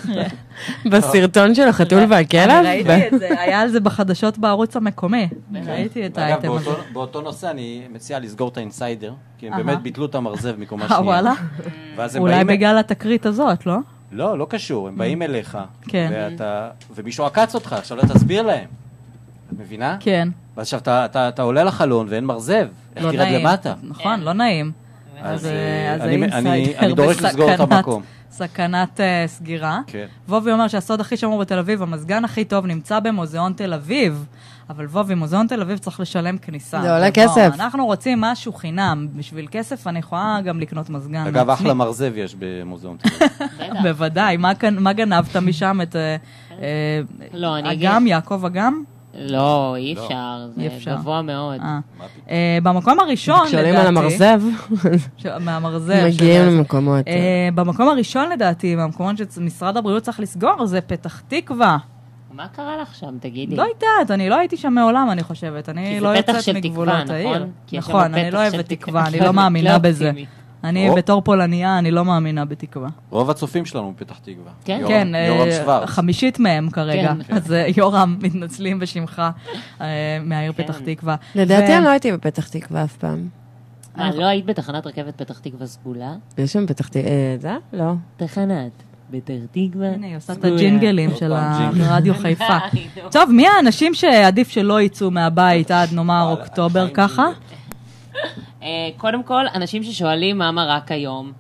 Speaker 2: בסרטון של החתול והכלב?
Speaker 1: ראיתי את זה, היה על זה בחדשות בערוץ המקומי. ראיתי את
Speaker 3: אגב,
Speaker 1: האייטם הזה.
Speaker 3: כן. באותו, באותו נושא אני מציע לסגור את האינסיידר, כי הם
Speaker 1: אהה.
Speaker 3: באמת ביטלו את המרזב מקומה
Speaker 1: אה,
Speaker 3: שנייה.
Speaker 1: וואלה?
Speaker 3: ואז הם
Speaker 1: אולי
Speaker 3: באים...
Speaker 1: בגלל התקרית הזאת, לא?
Speaker 3: לא, לא קשור, הם באים אליך.
Speaker 1: כן.
Speaker 3: ואתה... ומישהו עקץ אותך, עכשיו לא תסביר להם. את מבינה?
Speaker 1: כן.
Speaker 3: ועכשיו אתה, אתה, אתה עולה לחלון ואין מרזב, איך
Speaker 1: לא
Speaker 3: תרד
Speaker 1: נעים.
Speaker 3: למטה?
Speaker 1: נכון, לא נעים. אז
Speaker 3: אה,
Speaker 1: אה, אז
Speaker 3: אני- אני- אני
Speaker 1: האינסיידר
Speaker 3: דורש לסגור את
Speaker 1: בסכנת-
Speaker 3: המקום.
Speaker 1: סכנת אה, סגירה.
Speaker 3: כן.
Speaker 1: וובי אומר שהסוד הכי שמור בתל אביב, המזגן הכי טוב, נמצא במוזיאון תל אביב. אבל וובי, מוזיאון תל אביב צריך לשלם כניסה.
Speaker 2: זה עולה
Speaker 1: ובוא,
Speaker 2: כסף.
Speaker 1: אנחנו רוצים משהו חינם. בשביל כסף אני יכולה גם לקנות מזגן.
Speaker 3: אגב,
Speaker 1: לעצמי.
Speaker 3: אחלה מרזב יש במוזיאון תל אביב.
Speaker 5: בטח.
Speaker 1: בוודאי, מה כאן- מה גנבת משם את אה, אה,
Speaker 5: לא, אני אגיד...
Speaker 1: אגם, יעקב אגם?
Speaker 5: לא, אי
Speaker 3: לא.
Speaker 5: אפשר,
Speaker 1: אי
Speaker 5: זה
Speaker 1: אפשר.
Speaker 5: גבוה מאוד.
Speaker 1: אה.
Speaker 3: מה פתאום?
Speaker 1: אה, במקום הראשון,
Speaker 2: כשעולים על
Speaker 1: לדעתי,
Speaker 2: המרזב,
Speaker 1: ש- מהמרזב,
Speaker 2: מגיעים
Speaker 1: של-
Speaker 5: כן.
Speaker 2: למקומות.
Speaker 1: אה, במקום הראשון, לדעתי, מהמקומות שמשרד הבריאות צריך לסגור, זה פתח תקווה.
Speaker 5: מה קרה לך שם, תגידי?
Speaker 1: לא יודעת, אני לא הייתי שם מעולם, אני חושבת. אני
Speaker 5: כי
Speaker 1: לא
Speaker 5: זה פתח
Speaker 1: יוצאת
Speaker 5: של
Speaker 1: מגבולות
Speaker 5: תקווה,
Speaker 1: העיר.
Speaker 5: נכון? כי יש שם
Speaker 1: נכון, אני
Speaker 5: פתח
Speaker 1: לא
Speaker 5: של
Speaker 1: אוהבת
Speaker 5: תקווה.
Speaker 1: תקווה, אני
Speaker 5: לא
Speaker 1: לא מאמינה בזה.
Speaker 5: אופטימי.
Speaker 1: אני
Speaker 3: או.
Speaker 1: בתור פולניה, אני לא מאמינה בתקווה.
Speaker 3: רוב הצופים שלנו מפתח תקווה.
Speaker 5: כן.
Speaker 3: יורם-
Speaker 1: כן, אה,
Speaker 3: יורם שוורץ.
Speaker 1: חמישית מהם כרגע.
Speaker 5: כן.
Speaker 1: אז אה, יורם, מתנצלים בשמך אה, מהעיר
Speaker 5: כן.
Speaker 1: פתח תקווה.
Speaker 2: לדעתי
Speaker 1: ו-
Speaker 2: אני לא הייתי בפתח תקווה אף פעם.
Speaker 5: מה, לא היית בתחנת רכבת פתח תקווה סגולה?
Speaker 2: יש שם פתח תקווה, אה, זה? לא.
Speaker 5: תחנת פתח תקווה.
Speaker 1: הנה, היא עושה את
Speaker 5: סגולה. אה,
Speaker 1: הג'ינגלים
Speaker 3: עוד
Speaker 1: של
Speaker 3: פעם ג'ינגל.
Speaker 1: הרדיו חיפה.
Speaker 5: די, נו.
Speaker 1: טוב, מי האנשים שעדיף שלא יצאו מהבית עד נאמר
Speaker 3: וואלה,
Speaker 1: אוקטובר
Speaker 3: חיים
Speaker 1: ככה?
Speaker 3: שלי.
Speaker 5: אה, קודם כל, אנשים ששואלים מה מרק היום.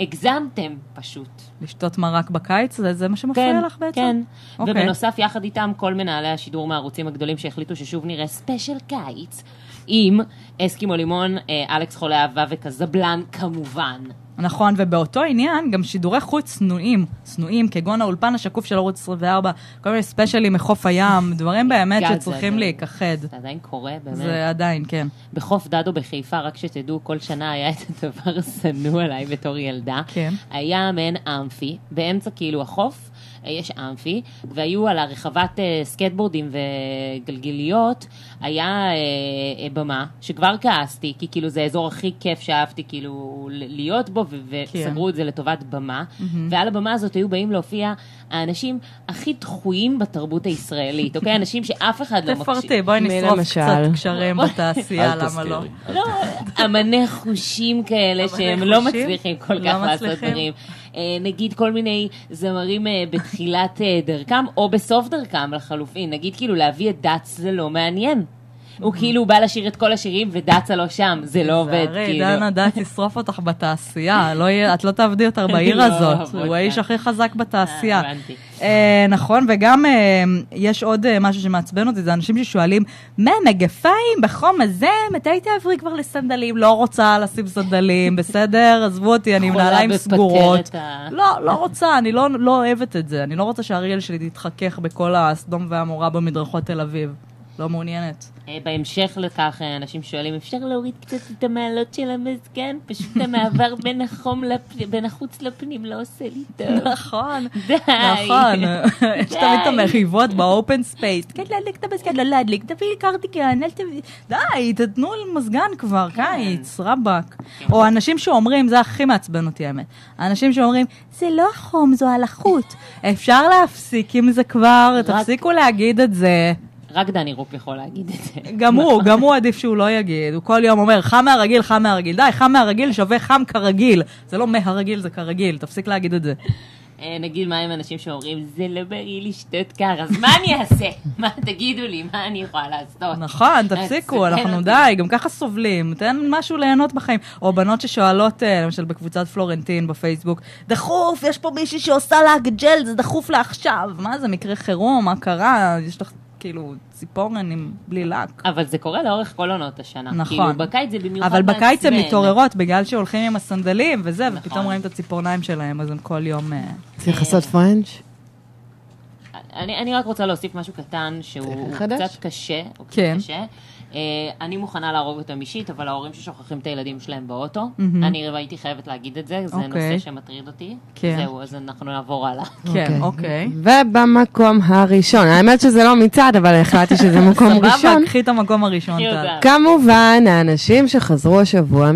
Speaker 5: הגזמתם פשוט.
Speaker 1: לשתות מרק בקיץ? זה זה מה שמפריע לך בעצם?
Speaker 5: כן.
Speaker 1: אוקיי.
Speaker 5: ובנוסף, יחד איתם, כל מנהלי השידור מהערוצים הגדולים שהחליטו ששוב נראה ספיישל קיץ, עם אסקימו לימון, אה, אלכס חולה אהבה וקזבלן, כמובן.
Speaker 1: נכון, ובאותו עניין, גם שידורי חוץ צנועים, צנועים, כגון האולפן השקוף של ערוץ 24, כל מיני ספיישלים מחוף הים, דברים באמת
Speaker 5: גז זה
Speaker 1: שצריכים
Speaker 5: עדיין.
Speaker 1: להיכחד.
Speaker 5: זה עדיין קורה, באמת.
Speaker 1: זה עדיין, כן.
Speaker 5: בחוף דדו בחיפה, רק שתדעו, כל שנה היה את הדבר השנוא עליי בתור ילדה.
Speaker 1: כן.
Speaker 5: היה מעין אמפי, באמצע כאילו החוף, אה, יש אמפי, והיו על הרחבת אה, סקטבורדים וגלגיליות, היה אה, אה, במה, שכבר כעסתי, כי כאילו זה האזור הכי כיף שאהבתי כאילו ל- להיות בו, ו-
Speaker 1: כן.
Speaker 5: וסגרו את זה לטובת במה, ועל הבמה הזאת היו באים להופיע האנשים הכי דחויים בתרבות הישראלית, אוקיי? אנשים שאף אחד לא מקשיב.
Speaker 1: תפרטי, בואי
Speaker 2: מי
Speaker 1: נשרוף
Speaker 2: למשל?
Speaker 1: קצת קשרים בתעשייה,
Speaker 3: אל
Speaker 1: למה
Speaker 3: תזכירי.
Speaker 1: לא?
Speaker 3: אל-
Speaker 5: לא, אמני חושים כאלה
Speaker 1: אמני
Speaker 5: שהם לא
Speaker 1: חושים?
Speaker 5: מצליחים כל
Speaker 1: לא
Speaker 5: כך לעשות
Speaker 1: מצליחים?
Speaker 5: דברים. אה, נגיד כל מיני זמרים אה, בתחילת אה, דרכם, או בסוף דרכם לחלופין. נגיד כאילו להביא את דץ זה לא מעניין. הוא
Speaker 1: אוקיי.
Speaker 5: כאילו בא לשיר את כל השירים ודצה לא שם, זה לא עובד,
Speaker 1: הרי
Speaker 5: כאילו.
Speaker 1: דנה דעת תשרוף אותך בתעשייה, לא יהיה- את לא תעבדי יותר בעיר
Speaker 5: לא,
Speaker 1: הזאת,
Speaker 5: עבוד,
Speaker 1: הוא האיש
Speaker 5: כן.
Speaker 1: הכי חזק בתעשייה.
Speaker 5: אה, הבנתי.
Speaker 1: אה, נכון, וגם אה, יש עוד אה, משהו שמעצבן אותי, זה אנשים ששואלים, מה, מגפיים בחום הזה? מתי תעברי כבר לסנדלים? לא רוצה לשים סנדלים, בסדר? עזבו אותי, אני עם
Speaker 5: יכולה
Speaker 1: נעליים
Speaker 5: בפטרת
Speaker 1: סגורות.
Speaker 5: ה-
Speaker 1: לא, לא רוצה, אני לא לא אוהבת את זה. אני לא רוצה שהאריאל שלי תתחכך בכל הסדום והמורה במדרכות תל אביב. לא מעוניינת.
Speaker 5: אה, בהמשך לכך, אה, אנשים שואלים, אפשר להוריד קצת את המעלות של המזגן? פשוט המעבר בין החום, לפ- בין החוץ לפנים לא עושה לי טוב.
Speaker 1: נכון.
Speaker 5: די.
Speaker 1: נכון, יש תמיד את
Speaker 5: די.
Speaker 1: המריבות באופן ספייס. כן, להדליק את המזגן, לא להדליק, תביאי קרטיגן, אל תביאי... די, תתנו על מזגן כבר,
Speaker 5: כן.
Speaker 1: קיץ, רבאק. או אנשים שאומרים, זה הכי מעצבן אותי האמת, אנשים שאומרים, זה לא החום, זו הלחות. אפשר להפסיק עם זה כבר,
Speaker 5: רק-
Speaker 1: תפסיקו להגיד את זה.
Speaker 5: רק דני רופ יכול להגיד את זה.
Speaker 1: גם הוא, גם הוא עדיף שהוא לא יגיד. הוא כל יום אומר, חם מהרגיל, חם מהרגיל. די, חם מהרגיל שווה חם כרגיל. זה לא מהרגיל, זה כרגיל, תפסיק להגיד את זה.
Speaker 5: אה, נגיד מה עם אנשים שאומרים, זה לא בריא לשתות קר, אז מה אני אעשה? מה, תגידו לי, מה אני יכולה לעשות?
Speaker 1: נכון, תפסיקו,
Speaker 5: אה, תסתכל
Speaker 1: אנחנו
Speaker 5: אותי.
Speaker 1: די, גם ככה סובלים, תן משהו ליהנות בחיים. או בנות ששואלות, אה, למשל בקבוצת פלורנטין בפייסבוק, דחוף, יש פה מישהי שעושה לה ג'ל, זה דחוף לה עכשיו. מה זה, מקרה חירום, מה קרה? יש לך כאילו ציפורן עם בלי לק.
Speaker 5: אבל זה קורה לאורך כל עונות השנה.
Speaker 1: נכון.
Speaker 5: כאילו, בקיץ זה במיוחד
Speaker 1: אבל בקיץ הן
Speaker 5: מעצבן.
Speaker 1: מתעוררות בגלל שהולכים עם הסנדלים וזה,
Speaker 5: נכון.
Speaker 1: ופתאום רואים את הציפורניים שלהם, אז הם כל יום... אה,
Speaker 2: צריך לעשות פרנץ'?
Speaker 5: אני, אני רק רוצה להוסיף משהו קטן שהוא
Speaker 2: זה
Speaker 5: הוא
Speaker 2: חדש?
Speaker 5: קצת קשה, הוא קצת
Speaker 1: כן.
Speaker 5: קשה. אה, אני מוכנה להרוג אותם אישית, אבל ההורים ששוכחים את הילדים שלהם באוטו,
Speaker 1: מהמם.
Speaker 5: אני הייתי חייבת להגיד את זה, זה
Speaker 1: אוקיי.
Speaker 5: נושא שמטריד אותי.
Speaker 1: כן.
Speaker 5: זהו, אז אנחנו נעבור הלאה.
Speaker 1: כן, אוקיי.
Speaker 2: ובמקום הראשון, האמת שזה לא מצעד, אבל החלטתי שזה מקום
Speaker 5: נכון.
Speaker 1: סבבה, כן.
Speaker 2: ראשון.
Speaker 1: קחי את המקום הראשון,
Speaker 5: קחי
Speaker 1: טל.
Speaker 5: אותה.
Speaker 2: כמובן, האנשים שחזרו השבוע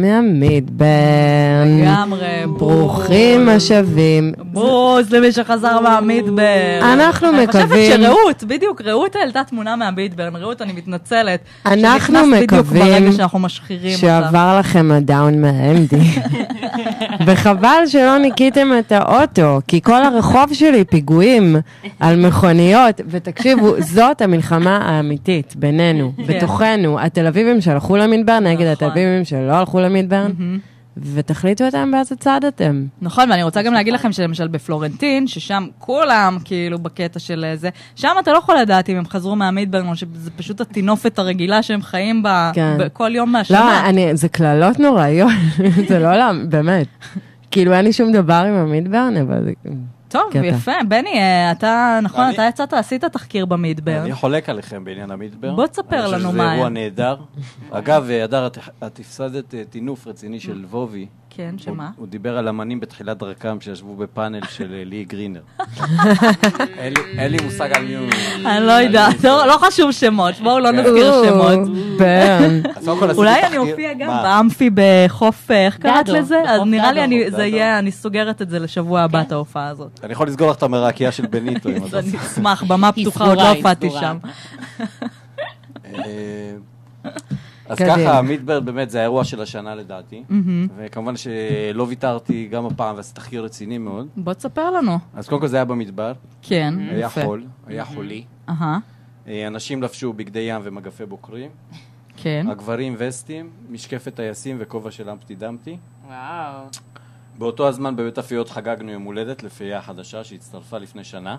Speaker 2: מהמדבר.
Speaker 1: לגמרי,
Speaker 2: ברוכים השבים.
Speaker 1: בוז למי שחזר מהמידברן.
Speaker 2: אנחנו
Speaker 1: אני
Speaker 2: מקווים-
Speaker 1: חושבת שרעות, בדיוק, רעות העלתה תמונה מהמידברן. רעות, אני מתנצלת.
Speaker 2: אנחנו
Speaker 1: שנכנסת בדיוק
Speaker 2: מקווים
Speaker 1: ברגע שאנחנו משחירים אותה.
Speaker 2: שעבר לכם הדאון מה-MD. וחבל שלא ניקיתם את האוטו, כי כל הרחוב שלי פיגועים על מכוניות. ותקשיבו, זאת המלחמה האמיתית בינינו, בתוכנו. התל אביבים שהלכו למדבר נגד
Speaker 1: כן. נכון.
Speaker 2: התל אביבים שלא הלכו למדבר, ותחליטו אתם באיזה צד אתם.
Speaker 1: נכון, ואני רוצה גם להגיד לכם שלמשל בפלורנטין, ששם כולם כאילו בקטע של אה, זה, שם אתה לא יכול לדעת אם הם חזרו מהמידברן או שזה פשוט הטינופת הרגילה שהם חיים בה
Speaker 2: כן.
Speaker 1: ב- כל יום מהשנה.
Speaker 2: לא, אני, זה קללות נוראיות, זה לא למה, באמת. כאילו, אין לי שום דבר עם המדברן, אבל זה...
Speaker 1: טוב,
Speaker 2: קטע.
Speaker 1: יפה. בני, אה, אתה, נכון,
Speaker 3: אני-
Speaker 1: אתה יצאת, עשית תחקיר במידברן.
Speaker 3: אני חולק עליכם בעניין המדבר.
Speaker 1: בוא תספר
Speaker 3: אני
Speaker 1: לנו
Speaker 3: חושב
Speaker 1: מה
Speaker 3: שזה
Speaker 1: היה.
Speaker 3: אירוע נהדר. אגב, אה, הדר, את- את הפסדת אה, טינוף רציני של וובי.
Speaker 1: כן, שמה?
Speaker 3: הוא- הוא דיבר על אמנים בתחילת דרכם שישבו בפאנל של אה, ליהי גרינר. אין לי- אין לי מושג על מי הוא...
Speaker 1: אני לא יודעת, לא לא חשוב שמות, בואו
Speaker 3: כן.
Speaker 1: לא נזכיר שמות.
Speaker 2: ברן.
Speaker 3: אז קודם כל עשיתי
Speaker 1: אולי אני
Speaker 3: תחקיר-
Speaker 1: אופיע גם
Speaker 3: מה?
Speaker 1: באמפי בחוף, אה, איך קראת
Speaker 5: דדו,
Speaker 1: לזה? אז
Speaker 5: בחוף
Speaker 1: נראה
Speaker 5: דדו,
Speaker 1: לי אני-
Speaker 3: בחוף
Speaker 1: זה
Speaker 3: דדו.
Speaker 1: יהיה, אני סוגרת את זה לשבוע הבא, את ההופעה הזאת.
Speaker 3: אני יכול לסגור לך את המרקייה של בניטו. אם את
Speaker 1: אז
Speaker 3: רוצה.
Speaker 1: אני אשמח, במה
Speaker 5: היא
Speaker 1: פתוחה, עוד לא
Speaker 5: סגורה, היא
Speaker 1: הופעתי
Speaker 5: סגורה.
Speaker 1: שם.
Speaker 3: אה, אז
Speaker 2: קדימה.
Speaker 3: ככה, מידברן באמת זה האירוע של השנה לדעתי, וכמובן שלא ויתרתי גם הפעם, ועשיתי תחקיר רציני מאוד.
Speaker 1: בוא תספר לנו.
Speaker 3: אז קודם כל זה היה במדבר,
Speaker 1: כן,
Speaker 3: היה
Speaker 1: יפה.
Speaker 3: חול, היה חולי.
Speaker 1: אהה,
Speaker 3: אה, אנשים לבשו בגדי ים ומגפי בוקרים,
Speaker 1: כן.
Speaker 3: הגברים וסטים, משקפת טייסים וכובע של אמפטי דמפטי.
Speaker 5: וואו.
Speaker 3: באותו הזמן בבית הפיות חגגנו יום הולדת לפייה החדשה שהצטרפה לפני שנה.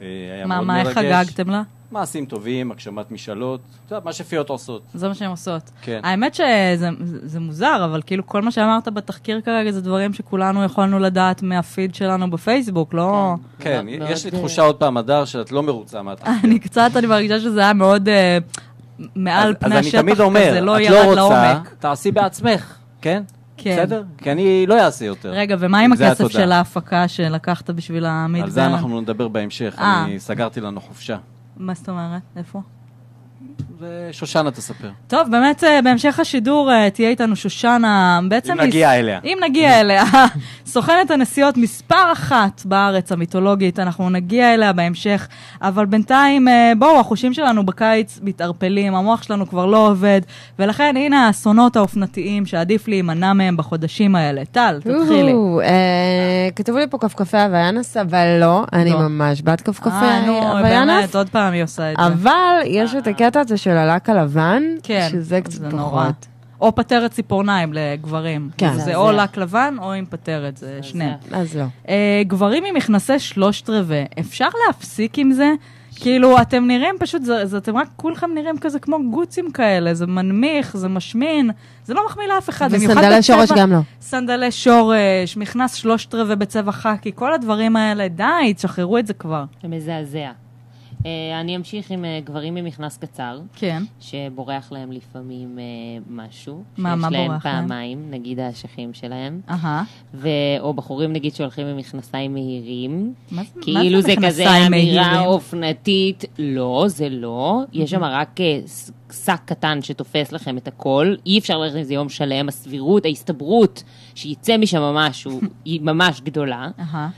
Speaker 3: אה, היה
Speaker 1: מה,
Speaker 3: מאוד
Speaker 1: מה, איך
Speaker 3: מרגש.
Speaker 1: חגגתם לה?
Speaker 3: מעשים טובים, הגשמת משאלות, אתה יודע, מה שפיות עושות.
Speaker 1: זה מה שהן עושות.
Speaker 3: כן.
Speaker 1: האמת שזה זה- זה מוזר, אבל כאילו כל מה שאמרת בתחקיר כרגע זה דברים שכולנו יכולנו לדעת מהפיד שלנו בפייסבוק, לא... אה,
Speaker 3: כן,
Speaker 5: מאוד-
Speaker 3: יש לי
Speaker 5: מאוד,
Speaker 3: תחושה עוד פעם, הדר, שאת לא מרוצה מהתחקיר.
Speaker 1: אני קצת, אני מרגישה שזה היה מאוד אה, מעל
Speaker 3: אז-
Speaker 1: פני
Speaker 3: אז אני
Speaker 1: השטח
Speaker 3: תמיד אומר,
Speaker 1: כזה, לא
Speaker 3: את
Speaker 1: ירד
Speaker 3: לא רוצה,
Speaker 1: לעומק.
Speaker 3: תעשי בעצמך, כן?
Speaker 1: כן.
Speaker 3: בסדר? כי אני לא אעשה יותר.
Speaker 1: רגע, ומה עם
Speaker 3: זה
Speaker 1: הכסף
Speaker 3: התודה.
Speaker 1: של ההפקה שלקחת בשביל המדבר?
Speaker 3: על זה אנחנו נדבר בהמשך,
Speaker 1: אה.
Speaker 3: אני סגרתי לנו חופשה.
Speaker 1: מה זאת אומרת? איפה?
Speaker 3: ושושנה תספר.
Speaker 1: טוב, באמת, אה, בהמשך השידור אה, תהיה איתנו שושנה, בעצם...
Speaker 3: אם נגיע אליה.
Speaker 1: אם נגיע אליה. סוכנת הנסיעות מספר אחת בארץ המיתולוגית, אנחנו נגיע אליה בהמשך, אבל בינתיים, אה, בואו, החושים שלנו בקיץ מתערפלים, המוח שלנו כבר לא עובד, ולכן הנה האסונות האופנתיים שעדיף להימנע מהם בחודשים האלה. טל, תתחילי.
Speaker 2: אוהו, אה, כתוב לי פה כפכפי הוויאנס, אבל לא, אני
Speaker 1: לא.
Speaker 2: ממש בעד כפכפי
Speaker 1: אה, נו,
Speaker 2: הוויאנס.
Speaker 1: באמת, עוד פעם היא עושה את זה.
Speaker 2: אבל יש את הקטע הזה של הלק הלבן,
Speaker 1: כן,
Speaker 2: שזה קצת
Speaker 1: זה נורא.
Speaker 2: פחות.
Speaker 1: או פטרת ציפורניים לגברים.
Speaker 2: כן.
Speaker 1: זה
Speaker 2: זה-
Speaker 1: או
Speaker 5: זה-
Speaker 1: לק לבן או עם פטרת, זה שניהם.
Speaker 2: אז לא.
Speaker 1: אה, גברים עם מכנסי שלושת רבעי, אפשר להפסיק עם זה? כאילו, אתם נראים פשוט, זה, זה, אתם רק כולכם נראים כזה כמו גוצים כאלה, זה מנמיך, זה משמין, זה לא מחמיא לאף אחד. במיוחד
Speaker 2: וסנדלי שורש
Speaker 1: בצבע-
Speaker 2: גם לא.
Speaker 1: סנדלי שורש, מכנס שלושת רבעי בצבע חאקי, כל הדברים האלה, די, תשחררו את זה כבר.
Speaker 5: זה מזעזע. אה, אני אמשיך עם אה, גברים עם מכנס קצר.
Speaker 1: כן.
Speaker 5: שבורח להם לפעמים אה, משהו.
Speaker 1: מה- מה
Speaker 5: שיש להם
Speaker 1: בורח להם?
Speaker 5: פעמיים, נגיד האשכים שלהם.
Speaker 1: אהה.
Speaker 5: ו- או בחורים נגיד שהולכים עם מכנסיים מהירים.
Speaker 1: מה זה- מה
Speaker 5: כאילו
Speaker 1: זה
Speaker 5: זה כזה
Speaker 1: מכנסיים מהירים?
Speaker 5: אמירה אופנתית. לא, זה לא. יש שם רק אה, ס- שק קטן שתופס לכם את הכל. אי אפשר ללכת עם זה יום שלם. הסבירות, ההסתברות שיצא משם משהו, היא ממש גדולה.
Speaker 1: אהה.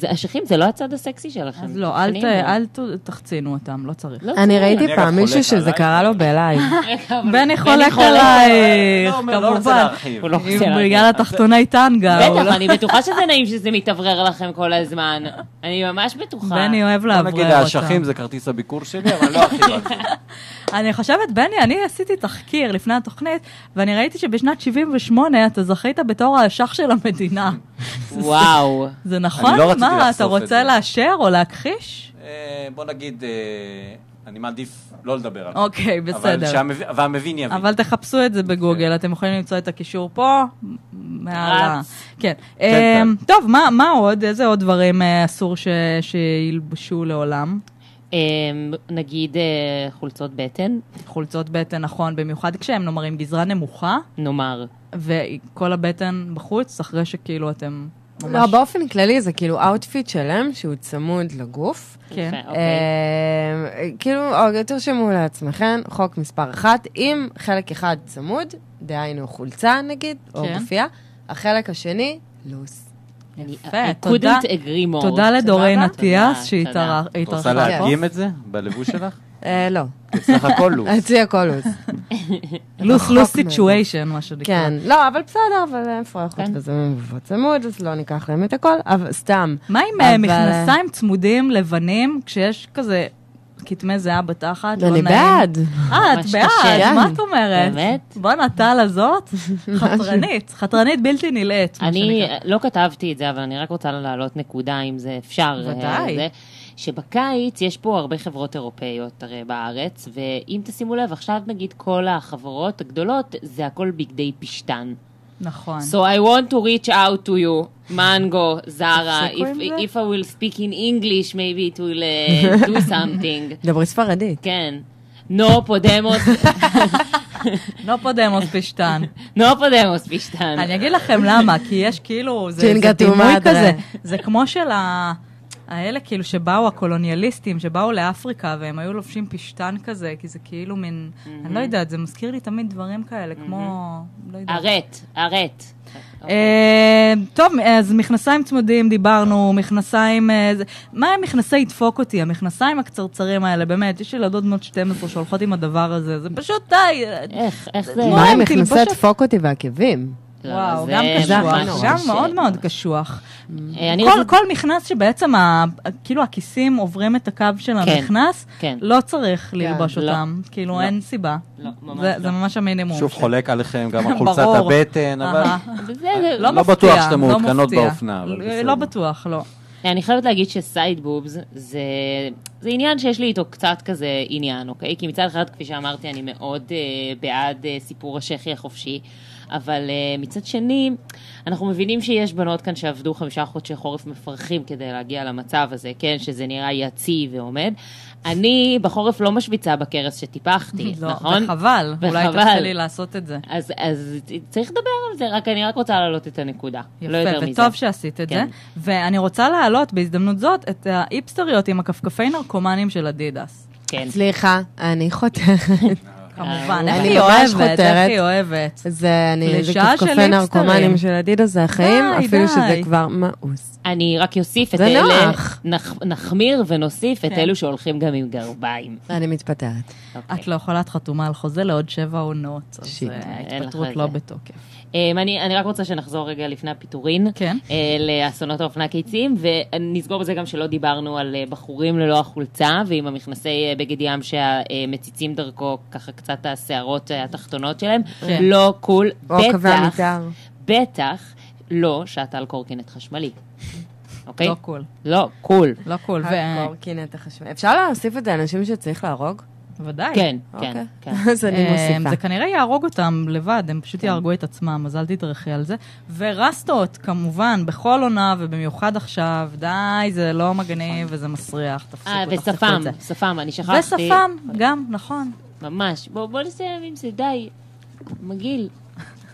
Speaker 5: ואשכים זה לא הצד הסקסי שלכם.
Speaker 1: אז לא, אל, ת,
Speaker 5: תפנימו.
Speaker 1: אל ת, תחצינו אותם, לא צריך.
Speaker 5: לא
Speaker 2: אני
Speaker 5: צריך.
Speaker 2: ראיתי
Speaker 3: אני אגב
Speaker 2: פעם מישהו
Speaker 3: חולק
Speaker 2: שזה
Speaker 3: עלייך.
Speaker 2: קרה לו בלייב.
Speaker 5: רגע, אבל-
Speaker 1: בני חולק
Speaker 5: חולק.
Speaker 1: עלייך,
Speaker 3: לא, לא רוצה
Speaker 1: אה, כמובן.
Speaker 3: להרחיב.
Speaker 5: הוא לא
Speaker 1: אם
Speaker 5: רוצה להגיד.
Speaker 1: בגלל התחתוני טנגה. הוא לא-
Speaker 5: בטח, אני בטוחה שזה נעים שזה מתאוורר לכם כל הזמן. אני ממש בטוחה.
Speaker 1: בני אוהב אה.
Speaker 3: בוא נגיד,
Speaker 1: לאוורר אותם.
Speaker 3: האשכים זה כרטיס הביקור שלי, אבל לא ארחיב על זה.
Speaker 1: אני חושבת, בני, אני עשיתי תחקיר לפני התוכנית, ואני ראיתי שבשנת 78 אתה זכית בתור האשך של המדינה.
Speaker 5: וואו.
Speaker 1: זה נכון?
Speaker 3: לא רציתי
Speaker 1: מה,
Speaker 3: לחשוף
Speaker 1: אתה
Speaker 3: את
Speaker 1: רוצה
Speaker 3: זה.
Speaker 1: לאשר או להכחיש?
Speaker 3: אה, בוא נגיד, אה, אני מעדיף לא לדבר על זה.
Speaker 1: אוקיי,
Speaker 3: אבל
Speaker 1: בסדר.
Speaker 3: שהמב- והמבין יבין.
Speaker 1: אבל תחפשו את זה
Speaker 3: כן.
Speaker 1: בגוגל, אתם יכולים למצוא את הקישור פה, מעל ה...
Speaker 5: רץ.
Speaker 1: כן.
Speaker 3: כן,
Speaker 1: אמ, טוב, מה- מה עוד? איזה עוד דברים אה, אסור ש- שילבשו לעולם?
Speaker 5: אה, נגיד אה, חולצות בטן,
Speaker 1: חולצות בטן, נכון, במיוחד כשהם נאמר עם גזרה נמוכה,
Speaker 5: נאמר.
Speaker 1: וכל הבטן בחוץ, אחרי שכאילו אתם ממש...
Speaker 2: לא, באופן כללי זה כאילו אאוטפיט שלם שהוא צמוד לגוף.
Speaker 1: כן.
Speaker 5: יפה, אוקיי.
Speaker 2: אה, כאילו, אוקיי, תרשמו לעצמכם, חוק מספר אחת, אם חלק אחד צמוד, דהיינו חולצה נגיד, או
Speaker 1: כן.
Speaker 2: גופייה, החלק השני, לוס.
Speaker 5: אני- אה,
Speaker 1: יפה,
Speaker 5: I
Speaker 1: תודה.
Speaker 5: couldn't agree more.
Speaker 1: תודה לדורין
Speaker 5: סבבה?
Speaker 1: אטיאס
Speaker 5: תודה, תודה.
Speaker 1: שהתארחה
Speaker 3: את רוצה
Speaker 1: פה.
Speaker 3: להדגים את זה בלבוש שלך?
Speaker 2: אה, לא,
Speaker 3: בסך הכל לוס.
Speaker 2: אצלי אה, הכל לוס.
Speaker 1: לוס לוס
Speaker 2: רחוק מאוד.
Speaker 1: סיטואשן, מה שנקרא.
Speaker 2: לא, כן, לא, אבל בסדר, אבל הם פרחות
Speaker 5: כן.
Speaker 2: וזה מבוא צמוד, אז לא ניקח להם את הכל, אבל סתם.
Speaker 1: מה עם אה,
Speaker 2: אבל-
Speaker 1: מכנסיים צמודים לבנים, כשיש כזה כתמי זיעה בתחת? לא
Speaker 2: אני
Speaker 1: נעים?
Speaker 2: בעד.
Speaker 1: אה, את
Speaker 5: ממש
Speaker 1: בעד,
Speaker 5: קשה.
Speaker 1: מה את אומרת?
Speaker 5: באמת?
Speaker 1: בואנה, טל הזאת, חתרנית, חתרנית בלתי נלאית, מה
Speaker 5: אני
Speaker 1: שנקרא.
Speaker 5: לא כתבתי את זה, אבל אני רק רוצה להעלות נקודה, אם זה אפשר. אה,
Speaker 1: ודאי.
Speaker 5: זה, שבקיץ יש פה הרבה חברות אירופאיות הרי בארץ, ואם תשימו לב, עכשיו נגיד כל החברות הגדולות, זה הכל בגדי פשתן.
Speaker 1: נכון.
Speaker 5: So I want to reach out to you, Mango, Zara,
Speaker 1: תפסיקו
Speaker 5: if,
Speaker 1: עם זה.
Speaker 5: if I will speak in English, maybe it will uh, do something.
Speaker 2: דברי ספרדית.
Speaker 5: כן. No podemos,
Speaker 1: לא פודמוס פשטן.
Speaker 5: no podemos, פשטן.
Speaker 1: אני אגיד לכם למה, כי יש כאילו, זה
Speaker 2: צ'ינגה
Speaker 1: זה דימוי
Speaker 2: טומאדרה.
Speaker 1: כזה, זה כמו של ה... האלה כאילו שבאו, הקולוניאליסטים, שבאו לאפריקה והם היו לובשים פשטן כזה, כי זה כאילו מין, אני לא יודעת, זה מזכיר לי תמיד דברים כאלה, כמו, לא יודעת.
Speaker 5: ארט, ארט.
Speaker 1: אה, טוב, אז מכנסיים צמודים דיברנו, מכנסיים... אה, זה- מה עם מכנסי ידפוק אותי? המכנסיים הקצרצרים האלה, באמת, יש ילדות בנות 12 שהולכות עם הדבר הזה, זה פשוט די... אה,
Speaker 5: איך, איך זה?
Speaker 1: מה,
Speaker 2: מה עם
Speaker 1: הם
Speaker 2: מכנסי
Speaker 1: תלבושת?
Speaker 2: דפוק אותי ועקבים?
Speaker 5: לא,
Speaker 1: וואו,
Speaker 5: זה
Speaker 1: גם
Speaker 5: ממש
Speaker 1: קשוח, גם
Speaker 5: קשה.
Speaker 1: מאוד מאוד קשוח.
Speaker 5: אה, אני
Speaker 1: כל,
Speaker 5: רציתי-
Speaker 1: כל מכנס שבעצם, ה, כאילו הכיסים עוברים את הקו של המכנס,
Speaker 5: כן.
Speaker 1: לא צריך ללבוש
Speaker 5: לא.
Speaker 1: אותם, כאילו
Speaker 5: לא.
Speaker 1: אין סיבה.
Speaker 5: לא, ממש
Speaker 1: זה,
Speaker 5: לא.
Speaker 1: זה ממש המינימום.
Speaker 3: שוב
Speaker 1: ש-
Speaker 3: חולק עליכם, גם על
Speaker 1: ברור.
Speaker 3: חולצת הבטן, אבל...
Speaker 1: אהה.
Speaker 5: בסדר.
Speaker 1: לא
Speaker 3: לא
Speaker 1: מפתיע,
Speaker 3: בטוח שאתם
Speaker 1: לא
Speaker 3: מעודכנות
Speaker 1: מפתיע.
Speaker 3: באופנה, אבל
Speaker 1: לא-
Speaker 3: בסדר.
Speaker 1: לא בטוח, לא.
Speaker 5: אני חייבת להגיד שסייד בובס זה, זה עניין שיש לי איתו קצת כזה עניין, אוקיי? כי מצד אחד, כפי שאמרתי, אני מאוד אה, בעד אה, סיפור השחי החופשי, אבל אה, מצד שני, אנחנו מבינים שיש בנות כאן שעבדו חמישה חודשי חורף מפרכים כדי להגיע למצב הזה, כן? שזה נראה יציב ועומד. אני בחורף לא משוויצה בכרס שטיפחתי,
Speaker 1: לא,
Speaker 5: נכון?
Speaker 1: וחבל, אולי
Speaker 5: וחבל.
Speaker 1: תרצה לי לעשות את זה.
Speaker 5: אז, אז צריך לדבר על זה, רק אני רק רוצה להעלות את הנקודה.
Speaker 1: יפה,
Speaker 5: לא יותר מזה.
Speaker 1: וטוב שעשית את זה.
Speaker 5: כן.
Speaker 1: ואני רוצה להעלות בהזדמנות זאת את האיפסטריות עם הכפכפי נרקומנים של אדידס.
Speaker 5: כן.
Speaker 2: סליחה, אני חותכת.
Speaker 1: כמובן,
Speaker 5: אני
Speaker 1: איך היא
Speaker 2: ממש
Speaker 1: אוהבת, איך
Speaker 2: חותרת.
Speaker 1: היא אוהבת.
Speaker 2: זה אני, זה
Speaker 1: פלישה של
Speaker 2: כפכפי
Speaker 1: היפסטרים.
Speaker 2: נרקומנים של אדידס, זה החיים,
Speaker 1: די,
Speaker 2: אפילו שזה
Speaker 1: די.
Speaker 2: כבר מאוס.
Speaker 5: אני רק אוסיף את
Speaker 2: זה
Speaker 5: אלה,
Speaker 2: נוח.
Speaker 5: נח, נחמיר ונוסיף את
Speaker 1: כן.
Speaker 5: אלו שהולכים גם עם גרביים.
Speaker 2: אני מתפטרת.
Speaker 5: אוקיי.
Speaker 1: את לא יכולה, את חתומה על חוזה לעוד שבע עונות, אז
Speaker 2: שיט.
Speaker 1: אה,
Speaker 5: אין לך
Speaker 1: ההתפטרות
Speaker 5: את
Speaker 1: לא
Speaker 5: זה.
Speaker 1: בתוקף.
Speaker 5: אמ, אני, אני רק רוצה שנחזור רגע לפני הפיטורין,
Speaker 1: כן.
Speaker 5: אה, לאסונות האופנה הקיציים, ונסגור בזה גם שלא דיברנו על אה, בחורים ללא החולצה, ועם המכנסי אה, בגד ים שמציצים דרכו ככה קצת השערות אה, התחתונות שלהם.
Speaker 1: כן.
Speaker 5: לא קול,
Speaker 2: או קווי
Speaker 5: בטח,
Speaker 2: המתאר.
Speaker 5: בטח לא שאת על קורקינט חשמלי. אוקיי?
Speaker 1: לא קול,
Speaker 5: לא, קול.
Speaker 1: לא קול. ו-
Speaker 2: הקורקינט החשמל. אפשר להוסיף את זה לאנשים שצריך להרוג?
Speaker 1: ודאי.
Speaker 5: כן, כן,
Speaker 2: אוקיי.
Speaker 5: כן.
Speaker 2: אז אני
Speaker 1: אה, זה
Speaker 2: מוסיפה.
Speaker 1: כנראה יהרוג אותם לבד, הם פשוט יהרגו את עצמם, אז אל תתרחי על זה. ורסטות, כמובן, בכל עונה, ובמיוחד עכשיו, די, זה לא מגניב וזה מסריח, תפסיקו,
Speaker 5: אה,
Speaker 1: תחזיקו
Speaker 5: ושפם,
Speaker 1: את זה.
Speaker 5: שפם, אני שכחתי.
Speaker 1: ושפם, גם, נכון.
Speaker 5: ממש. בוא, בוא נסיים עם זה, די. מגעיל,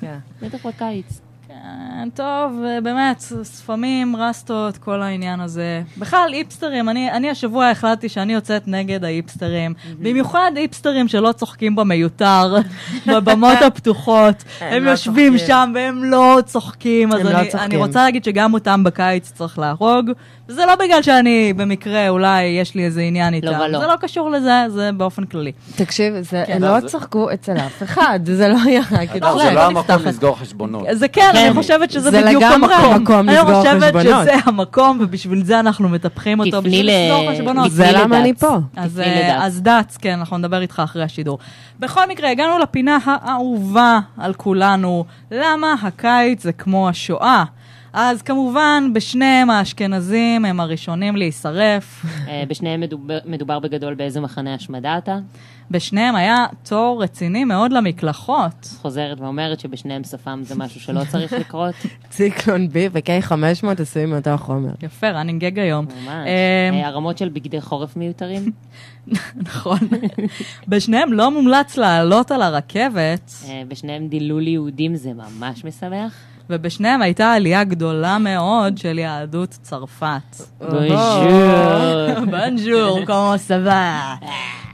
Speaker 2: כן.
Speaker 5: בטח בקיץ.
Speaker 1: כן, טוב, באמת, שפמים, רסטות, כל העניין הזה. בכלל, איפסטרים, אני, אני השבוע החלטתי שאני יוצאת נגד האיפסטרים. במיוחד איפסטרים שלא צוחקים במיותר, בבמות הפתוחות.
Speaker 2: הם
Speaker 1: הם
Speaker 2: לא
Speaker 1: יושבים
Speaker 2: צוחקים.
Speaker 1: שם והם לא צוחקים, אז
Speaker 2: הם לא
Speaker 1: אני, אני
Speaker 2: צוחקים.
Speaker 1: רוצה להגיד שגם אותם בקיץ צריך להרוג. וזה לא בגלל שאני במקרה, אולי יש לי איזה עניין איתם.
Speaker 5: ולא.
Speaker 1: זה לא קשור לזה, זה באופן כללי.
Speaker 2: תקשיב, זה-
Speaker 1: כן.
Speaker 2: לא
Speaker 3: זה-
Speaker 2: צחקו אצל אף אחד, זה לא היה רק
Speaker 3: זה
Speaker 2: אצלם.
Speaker 3: לא
Speaker 1: לא
Speaker 3: המקום
Speaker 1: נפתחת.
Speaker 3: לסגור חשבונות.
Speaker 1: זה כן,
Speaker 5: כן.
Speaker 1: אני חושבת שזה
Speaker 2: זה
Speaker 1: בדיוק המקום.
Speaker 2: לגמרי המקום לסגור
Speaker 1: אני חושבת
Speaker 2: חשבונות.
Speaker 1: שזה המקום, ובשביל זה אנחנו מטפחים אותו,
Speaker 5: תפני
Speaker 1: בשביל
Speaker 5: ל-
Speaker 1: לסגור חשבונות.
Speaker 2: זה
Speaker 5: תפני
Speaker 2: למה
Speaker 5: לדץ.
Speaker 2: אני פה.
Speaker 1: אז,
Speaker 5: תפני
Speaker 1: אה,
Speaker 5: לדץ.
Speaker 1: אז דץ, כן, אנחנו נדבר איתך אחרי השידור. בכל מקרה, הגענו לפינה האהובה על כולנו, למה הקיץ זה כמו השואה. אז כמובן, בשניהם האשכנזים הם הראשונים להישרף.
Speaker 5: אה, בשניהם מדובר, מדובר בגדול באיזה מחנה השמדה אתה.
Speaker 1: בשניהם היה תור רציני מאוד למקלחות.
Speaker 5: חוזרת ואומרת שבשניהם שפם זה משהו שלא צריך לקרות.
Speaker 2: ציקלון B ו-K500 עשויים מאותו החומר.
Speaker 1: יפה, running gag היום.
Speaker 5: ממש.
Speaker 1: אמ,
Speaker 5: אה, הרמות של בגדי חורף מיותרים.
Speaker 1: נכון. בשניהם לא מומלץ לעלות על הרכבת,
Speaker 5: אה, בשניהם דילול יהודים זה ממש משמח.
Speaker 1: ובשניהם הייתה עלייה גדולה מאוד של יהדות צרפת.
Speaker 5: בונז'ור.
Speaker 1: בונג'ור, כמו סבא.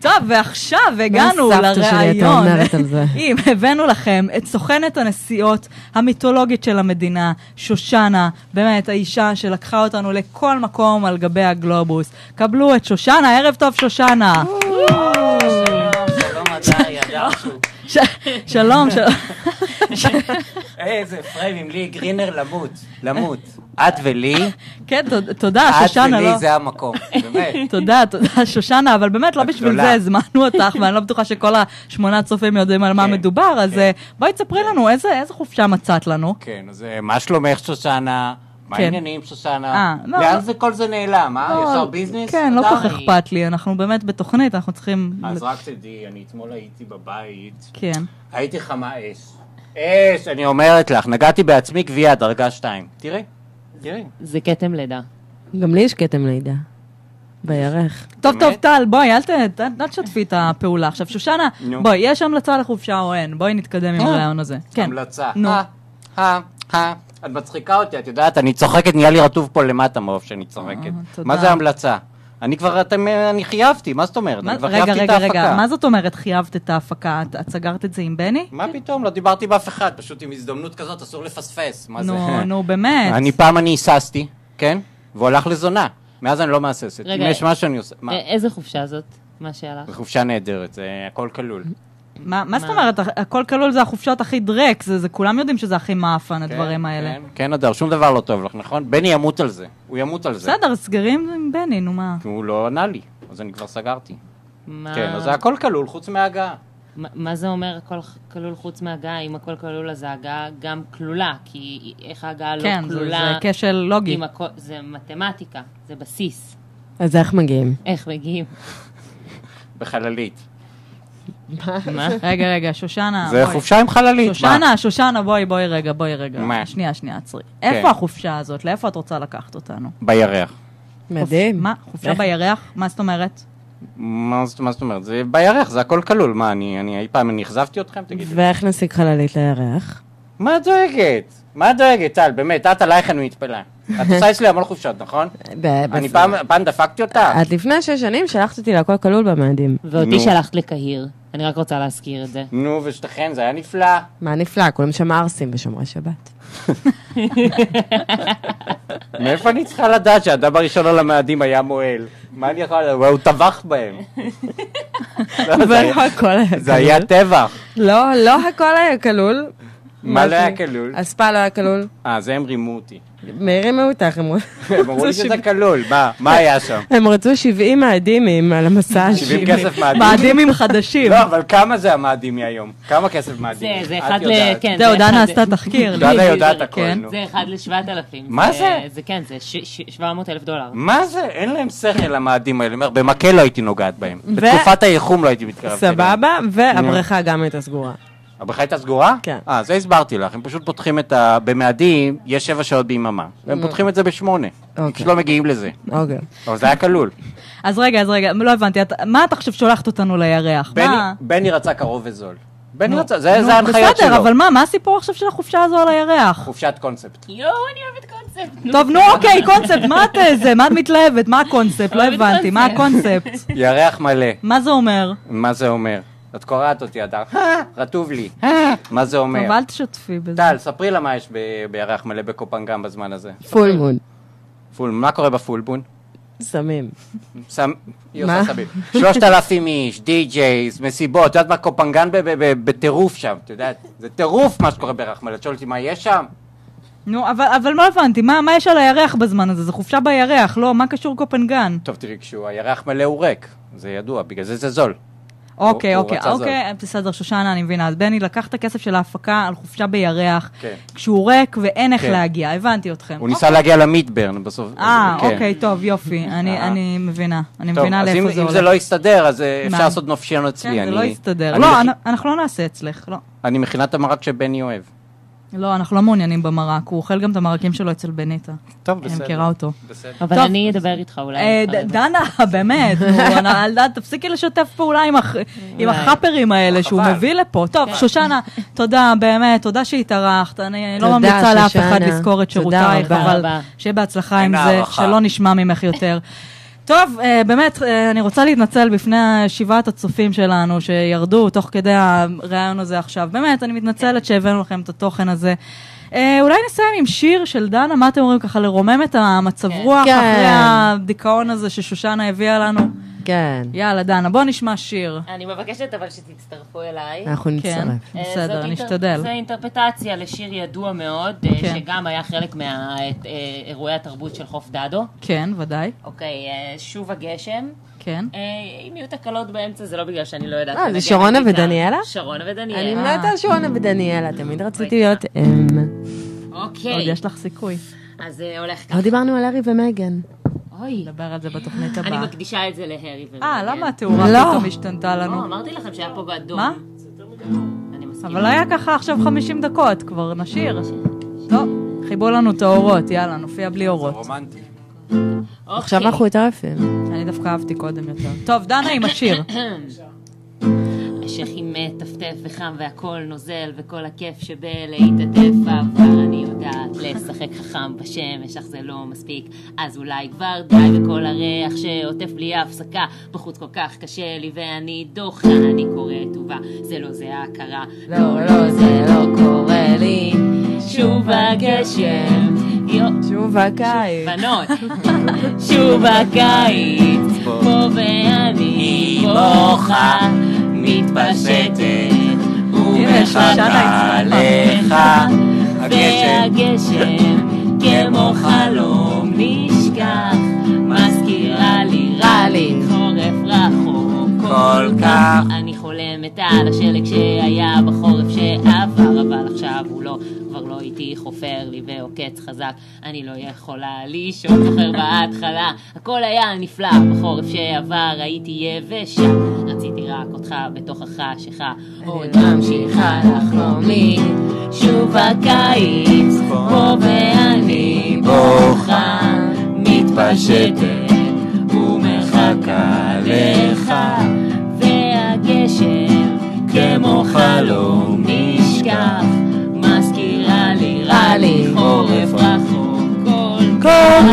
Speaker 1: טוב, ועכשיו הגענו
Speaker 2: מה סבתא שלי הייתה
Speaker 1: לראיון.
Speaker 2: אומרת על זה?
Speaker 1: אם הבאנו לכם את סוכנת הנסיעות המיתולוגית של המדינה, שושנה, באמת האישה שלקחה אותנו לכל מקום על גבי הגלובוס. קבלו את שושנה, ערב טוב שושנה.
Speaker 3: שלום, עדיין, ידע שהוא.
Speaker 1: ש- שלום, שלום.
Speaker 3: איזה פריימים, לי גרינר למות. למות. את ולי,
Speaker 1: כן, תודה, תודה,
Speaker 3: את
Speaker 1: שושנה, לא...
Speaker 3: ולי זה המקום, באמת.
Speaker 1: תודה, תודה, שושנה, אבל באמת לא בשביל
Speaker 3: הגדולה.
Speaker 1: זה הזמנו אותך, ואני לא בטוחה שכל השמונה צופים יודעים על מה
Speaker 3: כן,
Speaker 1: מדובר, אז אה, בואי תספרי לנו איזה איזה חופשה מצאת לנו.
Speaker 3: כן, אז אה, מה שלומך, שושנה? מה
Speaker 1: כן.
Speaker 3: העניינים,
Speaker 1: אה,
Speaker 3: שושנה?
Speaker 1: לא,
Speaker 3: לאן
Speaker 1: לא.
Speaker 3: זה כל זה נעלם, אה? ישר ביזנס?
Speaker 1: כן, לא כל כך
Speaker 3: עדיין.
Speaker 1: אכפת לי, אנחנו באמת בתוכנית, אנחנו צריכים...
Speaker 3: אה, אז
Speaker 1: לת-
Speaker 3: רק תדעי, אני אתמול הייתי בבית,
Speaker 1: כן.
Speaker 3: הייתי חמה אש. אש, אני אומרת לך, נגעתי בעצמי גביע דרגה 2. תראי, תראי.
Speaker 5: זה כתם לידה.
Speaker 2: גם לי יש כתם לידה. בירך.
Speaker 1: טוב,
Speaker 3: באמת?
Speaker 1: טוב, טל, בואי, אל ת- ת- אל תשתפי את הפעולה. עכשיו, שושנה,
Speaker 3: נו. אה,
Speaker 1: בואי, יש המלצה לחופשה או אין? בואי נתקדם עם הרעיון הזה. כן.
Speaker 3: המלצה.
Speaker 1: נו.
Speaker 3: אה, אה, אה. את מצחיקה אותי, את יודעת, אני צוחקת, נהיה לי רטוב פה למטה מרוב שאני צוחקת.
Speaker 1: אה, תודה.
Speaker 3: מה זה המלצה? אני כבר, אתם, אני חייבתי, מה זאת אומרת?
Speaker 1: מה-
Speaker 3: אני כבר
Speaker 1: רגע,
Speaker 3: חייבתי את
Speaker 1: רגע,
Speaker 3: ההפקה.
Speaker 1: רגע, מה זאת אומרת חייבת את ההפקה? את- את סגרת את זה עם בני?
Speaker 3: מה פתאום? לא דיברתי עם אף אחד, פשוט עם הזדמנות כזאת אסור לפספס. מה זה?
Speaker 1: נו, נו, באמת.
Speaker 3: אני פעם אני היססתי, כן? והוא הלך לזונה. מאז אני לא מהססת.
Speaker 5: רגע,
Speaker 3: אם יש משהו אני עושה... מה?
Speaker 5: אה, איזה חופשה זאת? מה שהיה
Speaker 3: זו
Speaker 5: לך?
Speaker 3: חופשה נהדרת, זה הכל כלול.
Speaker 1: מה, מה זאת אומרת, הכ- הכל כלול זה החופשות הכי דרק, זה, זה כולם יודעים שזה הכי מאפן, הדברים
Speaker 3: כן,
Speaker 1: האלה.
Speaker 3: כן, כן, אדר, שום דבר לא טוב לך, נכון? בני ימות על זה. הוא ימות על זה.
Speaker 1: בסדר, סגרים עם בני, נו מה.
Speaker 3: כי הוא לא ענה לי, אז אני כבר סגרתי.
Speaker 5: מה-
Speaker 3: כן, אז זה הכל כלול, חוץ מההגעה.
Speaker 5: מה- מה זה אומר הכל ח- כלול חוץ מהגעה? אם הכל כלול, אז ההגעה גם כלולה, כי איך ההגעה לא
Speaker 1: כן, זה, זה
Speaker 5: כלולה?
Speaker 1: כשל לוגי.
Speaker 5: אם הכל- זה מתמטיקה, זה בסיס.
Speaker 2: אז איך מגיעים?
Speaker 5: איך מגיעים?
Speaker 3: בחללית.
Speaker 5: מה?
Speaker 1: רגע, רגע, שושנה.
Speaker 3: זה
Speaker 1: בואי.
Speaker 3: חופשה עם חללית. מה?
Speaker 1: שושנה, שושנה, בואי, בואי רגע, בואי רגע.
Speaker 3: מה? כן.
Speaker 1: שנייה, שנייה, עצרי. איפה החופשה הזאת? לאיפה את רוצה לקחת אותנו?
Speaker 3: בירח.
Speaker 2: מדהים.
Speaker 1: מה, חופשה בירח? מה זאת אומרת?
Speaker 3: מה זאת מה זאת אומרת? זה בירח, זה הכל כלול. מה, אני אני אי פעם, אני אכזבתי אתכם? תגידו.
Speaker 2: ואיך נשיג חללית לירח?
Speaker 3: מה את דואגת? מה את דואגת, טל? באמת, את עלייך אני מתפלא. את עושה אצלי המון חופשות, נכון?
Speaker 2: ב-
Speaker 3: אני
Speaker 2: בס-
Speaker 3: פעם- פעם דפקתי אותה?
Speaker 2: עד לפני שש שנים שלחת אותי להכל כלול במאדים.
Speaker 5: ואותי
Speaker 3: נו.
Speaker 5: שלחת לקהיר. אני רק רוצה להזכיר את זה.
Speaker 3: נו, ושתכן, זה היה נפלא.
Speaker 2: מה נפלא, כולם שם ערסים בשומרי שבת.
Speaker 3: מאיפה אני צריכה לדעת שהאדם הראשון על המאדים היה מועל? מה אני יכול לדעת? הוא טבח בהם. לא, זה היה- זה היה טבח.
Speaker 2: לא, לא הכל היה כלול.
Speaker 3: מה לא היה
Speaker 2: משהו.
Speaker 3: כלול?
Speaker 2: הספה לא היה כלול.
Speaker 3: אה, זה הם רימו אותי.
Speaker 2: מעירים מאותך, הם
Speaker 3: הם אמרו לי
Speaker 2: זה
Speaker 3: שזה כלול, מה? מה היה שם?
Speaker 2: הם רצו 70 מאדימים על המסע
Speaker 3: 70
Speaker 2: השני.
Speaker 3: כסף מאדים?
Speaker 1: מאדים עם חדשים.
Speaker 3: לא, אבל כמה זה המאדים מהיום? כמה כסף
Speaker 5: זה
Speaker 3: מאדים?
Speaker 5: זה
Speaker 3: את
Speaker 5: אחד ל...
Speaker 3: יודעת.
Speaker 5: כן,
Speaker 1: זהו,
Speaker 5: אחד
Speaker 1: דנה
Speaker 5: ל-
Speaker 1: עשתה תחקיר.
Speaker 3: דנה יודעת הכל,
Speaker 1: כן.
Speaker 3: נו.
Speaker 5: זה אחד לשבעת אלפים.
Speaker 3: מה זה?
Speaker 5: זה כן, זה ש- ש- 700 אלף דולר.
Speaker 3: מה זה? אין להם שכל המאדים האלה. אני אומר, במקל לא הייתי נוגעת בהם. בתקופת היחום לא הייתי מתקרבת אליהם.
Speaker 2: סבבה, והבריכה גם הייתה סגורה.
Speaker 3: הבריכה הייתה סגורה?
Speaker 2: כן.
Speaker 3: אה, זה הסברתי לך. הם פשוט פותחים את ה... במאדים, יש שבע שעות ביממה. והם פותחים את זה בשמונה. הם
Speaker 2: אוקיי.
Speaker 3: פשוט לא מגיעים לזה.
Speaker 2: אוקיי.
Speaker 3: אבל זה היה כלול.
Speaker 1: אז רגע, אז רגע, לא הבנתי, את- מה את עכשיו שולחת אותנו לירח?
Speaker 3: בני-
Speaker 1: מה?
Speaker 3: בני רצה קרוב וזול. בני
Speaker 1: נו,
Speaker 3: רצה, זה
Speaker 1: נו,
Speaker 3: זה ההנחיות שלו.
Speaker 1: בסדר, אבל מה, מה הסיפור עכשיו של החופשה הזו על הירח?
Speaker 3: חופשת קונספט.
Speaker 5: יואו, אני אוהבת קונספט. נו.
Speaker 1: טוב, נו, אוקיי, קונספט, מה את אה, זה? מה את מתלהבת? מה הקונספט? לא הבנתי, מה הקונספט?
Speaker 3: ירח מלא.
Speaker 1: מה זה אומר?
Speaker 3: מה זה אומר? את קורעת אותי, אדר.
Speaker 1: אה!
Speaker 3: רטוב לי. מה זה
Speaker 1: טוב,
Speaker 3: אומר?
Speaker 1: אל תשתפי בזה.
Speaker 3: טל, ספרי לה מה יש ב- בירח מלא בקופנגן בזמן הזה.
Speaker 2: פול מון.
Speaker 3: פול, מה קורה בפולבון?
Speaker 2: סמים.
Speaker 3: סם... היא
Speaker 2: מה?
Speaker 3: עושה סביב. שלושת אלפים איש, די-ג'ייז, מסיבות, את יודעת מה קופנגן ב- ב- ב- בטירוף שם, את יודעת? זה טירוף מה שקורה ברחמלה, את שואלת אותי מה יש שם?
Speaker 1: נו, אבל אבל לא הבנתי, מה מה יש על הירח בזמן הזה? זה חופשה בירח, לא? מה קשור קופנגן?
Speaker 3: טוב, תראי, כשהוא הירח מלא הוא ריק, זה ידוע, בגלל זה זה זול.
Speaker 1: אוקיי,
Speaker 3: הוא
Speaker 1: אוקיי,
Speaker 3: רצה זול.
Speaker 1: אוקיי, בסדר, שושנה, אני מבינה. אז בני לקח את הכסף של ההפקה על חופשה בירח,
Speaker 3: כן.
Speaker 1: כשהוא ריק ואין איך
Speaker 3: כן.
Speaker 1: להגיע, הבנתי אתכם.
Speaker 3: הוא ניסה להגיע למידברן בסוף.
Speaker 1: אוקיי. אה,
Speaker 3: כן.
Speaker 1: אוקיי, טוב, יופי, אני-
Speaker 3: אה.
Speaker 1: אני מבינה. אני
Speaker 3: טוב,
Speaker 1: מבינה
Speaker 3: אז אם-
Speaker 1: לאיפה זה
Speaker 3: אם זה
Speaker 1: הולך.
Speaker 3: לא יסתדר, אז אה,
Speaker 1: מה?
Speaker 3: אפשר לעשות נופשון אצלי.
Speaker 1: כן, זה
Speaker 3: אני-
Speaker 1: לא יסתדר.
Speaker 3: אני
Speaker 1: לא,
Speaker 3: מכ-
Speaker 1: אנ- אנחנו לא נעשה אצלך, לא.
Speaker 3: אני מכינה את המרק שבני אוהב.
Speaker 1: לא, אנחנו לא מעוניינים במרק, הוא אוכל גם את המרקים שלו אצל בניטה.
Speaker 3: טוב,
Speaker 1: אני
Speaker 3: בסדר.
Speaker 1: מכירה אותו.
Speaker 3: בסדר.
Speaker 5: אבל
Speaker 1: טוב.
Speaker 5: אני אדבר איתך אולי.
Speaker 1: אה,
Speaker 5: אחרי
Speaker 1: ד-
Speaker 5: זה.
Speaker 1: דנה, באמת, נו, אנ- אל- אל- תפסיקי לשתף פעולה עם הח- עם החאפרים האלה שהוא
Speaker 3: חבל.
Speaker 1: מביא לפה. טוב, שושנה, תודה, באמת, תודה שהתארחת. אני לא
Speaker 2: תודה,
Speaker 1: ממליצה לאף אחד
Speaker 2: שושנה.
Speaker 1: לזכור את
Speaker 2: תודה
Speaker 1: שירותייך,
Speaker 2: רבה.
Speaker 1: אבל
Speaker 5: רבה.
Speaker 1: שיהיה בהצלחה
Speaker 3: אין
Speaker 1: עם זה,
Speaker 3: הערכה.
Speaker 1: שלא נשמע ממך יותר. טוב, אה, באמת, אה, אני רוצה להתנצל בפני שבעת הצופים שלנו שירדו תוך כדי הריאיון הזה עכשיו. באמת, אני מתנצלת שהבאנו לכם את התוכן הזה. אה, אולי נסיים עם שיר של דנה, מה אתם אומרים ככה, לרומם את המצב
Speaker 5: כן.
Speaker 1: רוח
Speaker 2: כן.
Speaker 1: אחרי הדיכאון הזה ששושנה הביאה לנו?
Speaker 2: כן,
Speaker 1: יאללה, דנה, בוא נשמע שיר.
Speaker 5: אני מבקשת אבל שתצטרפו אליי.
Speaker 2: אנחנו
Speaker 1: כן,
Speaker 2: נצטרף.
Speaker 1: בסדר,
Speaker 5: זאת אינטר-
Speaker 1: נשתדל.
Speaker 5: אה, זו אינטרפטציה לשיר ידוע מאוד, אה,
Speaker 1: כן.
Speaker 5: שגם היה חלק מאירועי התרבות של חוף דדו.
Speaker 1: כן, ודאי,
Speaker 5: אוקיי, אה, שוב הגשם.
Speaker 1: כן.
Speaker 5: אה, אם יהיו תקלות באמצע, זה לא בגלל שאני לא יודעת.
Speaker 2: אה, זה
Speaker 5: לנגן
Speaker 2: שרונה
Speaker 5: בגיטרה.
Speaker 2: ודניאלה?
Speaker 5: שרונה ודניאלה.
Speaker 2: אני מתה על שרונה ודניאלה, תמיד רציתי להיות אם.
Speaker 1: עוד
Speaker 5: אוקיי,
Speaker 1: יש לך סיכוי.
Speaker 5: אז זה הולך ככה.
Speaker 2: לא דיברנו על הארי ומגן.
Speaker 5: אוי,
Speaker 1: נדבר על זה בתוכנית
Speaker 5: אני
Speaker 1: הבאה.
Speaker 5: מקדישה את זה להרי ומגן.
Speaker 1: אה, למה התאורה
Speaker 2: לא.
Speaker 1: פתאום השתנתה לנו?
Speaker 5: לא, אמרתי לכם שהיה פה באדום.
Speaker 1: מה?
Speaker 5: אני מסכימה.
Speaker 1: אבל היה ככה עכשיו 50 דקות, כבר נשיר. טוב, חיבו לנו את האורות, יאללה, נופיע בלי אורות.
Speaker 3: רומנטי.
Speaker 5: אוקיי.
Speaker 2: עכשיו אנחנו יותר יפים.
Speaker 1: אני דווקא אהבתי קודם יותר. טוב, דנה עם השיר.
Speaker 5: השכי מטפטף וחם והכל נוזל וכל הכיף שבלהתעטף אבל אני יודעת לשחק חכם בשמש אך זה לא מספיק אז אולי כבר די וכל הריח שעוטף בלי הפסקה בחוץ כל כך קשה לי ואני דוחה אני קוראת טובה זה לא זה ההכרה לא לא זה לא קורה לי שוב הגשם יו
Speaker 2: שוב הקיץ.
Speaker 5: בנות, שוב הקיץ, פה ואני בוכה, מתפשטת,
Speaker 1: הנה, שושנה
Speaker 5: ומחכה לך, והגשם כמו חלום נשכח, מזכירה לי רע לי, חורף רחוק כל כך. אני חולמת על השלג שהיה בחורף שעבר, אבל עכשיו הוא לא, כבר לא איתי, חופר לי ועוקץ חזק. אני לא יכולה לישון, זוכר בהתחלה, הכל היה נפלא. בחורף שעבר הייתי יבשה, רציתי רק אותך בתוך החשיכה. עוד ממשיכה לחלום לי, שוב הקיץ, פה ואני בוכה, מתפשטת ומחכה לך, והגשם כמו חלום נשכח, מזכירה לי רע לי חורף רחוק כל כך.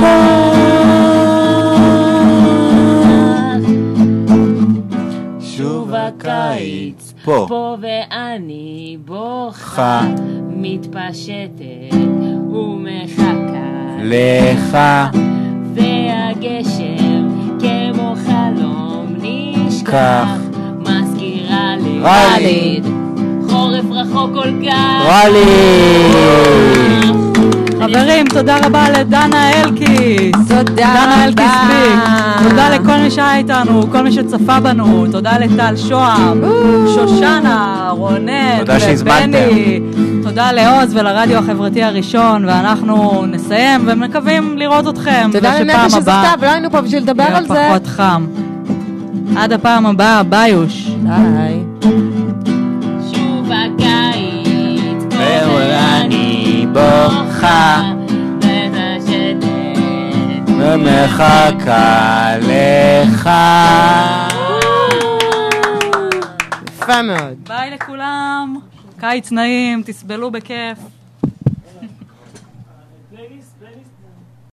Speaker 5: שוב הקיץ,
Speaker 3: פה.
Speaker 5: פה ואני בוכה, מתפשטת ומחכה,
Speaker 3: לך.
Speaker 5: והגשם כמו חלום נשכח,
Speaker 3: כך.
Speaker 5: מזכירה לי
Speaker 3: רע לי.
Speaker 5: חורף רחוק כל כך.
Speaker 3: וואלי!
Speaker 1: חברים, תודה רבה לדנה אלקיס.
Speaker 2: תודה
Speaker 1: דנה אלקיס
Speaker 2: רבה.
Speaker 1: ביק. תודה לכל מי שהיה איתנו, כל מי שצפה בנו. תודה לטל שוהם, שושנה, רונן,
Speaker 3: תודה שהזמנתם.
Speaker 1: לבני. תודה לעוז ולרדיו החברתי הראשון, ואנחנו נסיים ומקווים לראות אתכם.
Speaker 2: תודה
Speaker 1: ושפעם
Speaker 2: לנפש
Speaker 1: הבאה
Speaker 2: הזכתה, ולא היינו פה בשביל לדבר
Speaker 1: יהיה
Speaker 2: על זה.
Speaker 1: פחות חם. עד הפעם הבאה, ביוש.
Speaker 2: ביי.
Speaker 5: שוב הקיץ, פה
Speaker 3: ואני בוכה
Speaker 5: בוכה, מתפשטת
Speaker 3: ומחכה לך.
Speaker 2: יפה מאוד.
Speaker 1: ביי לכולם. קיץ נעים, תסבלו בכיף.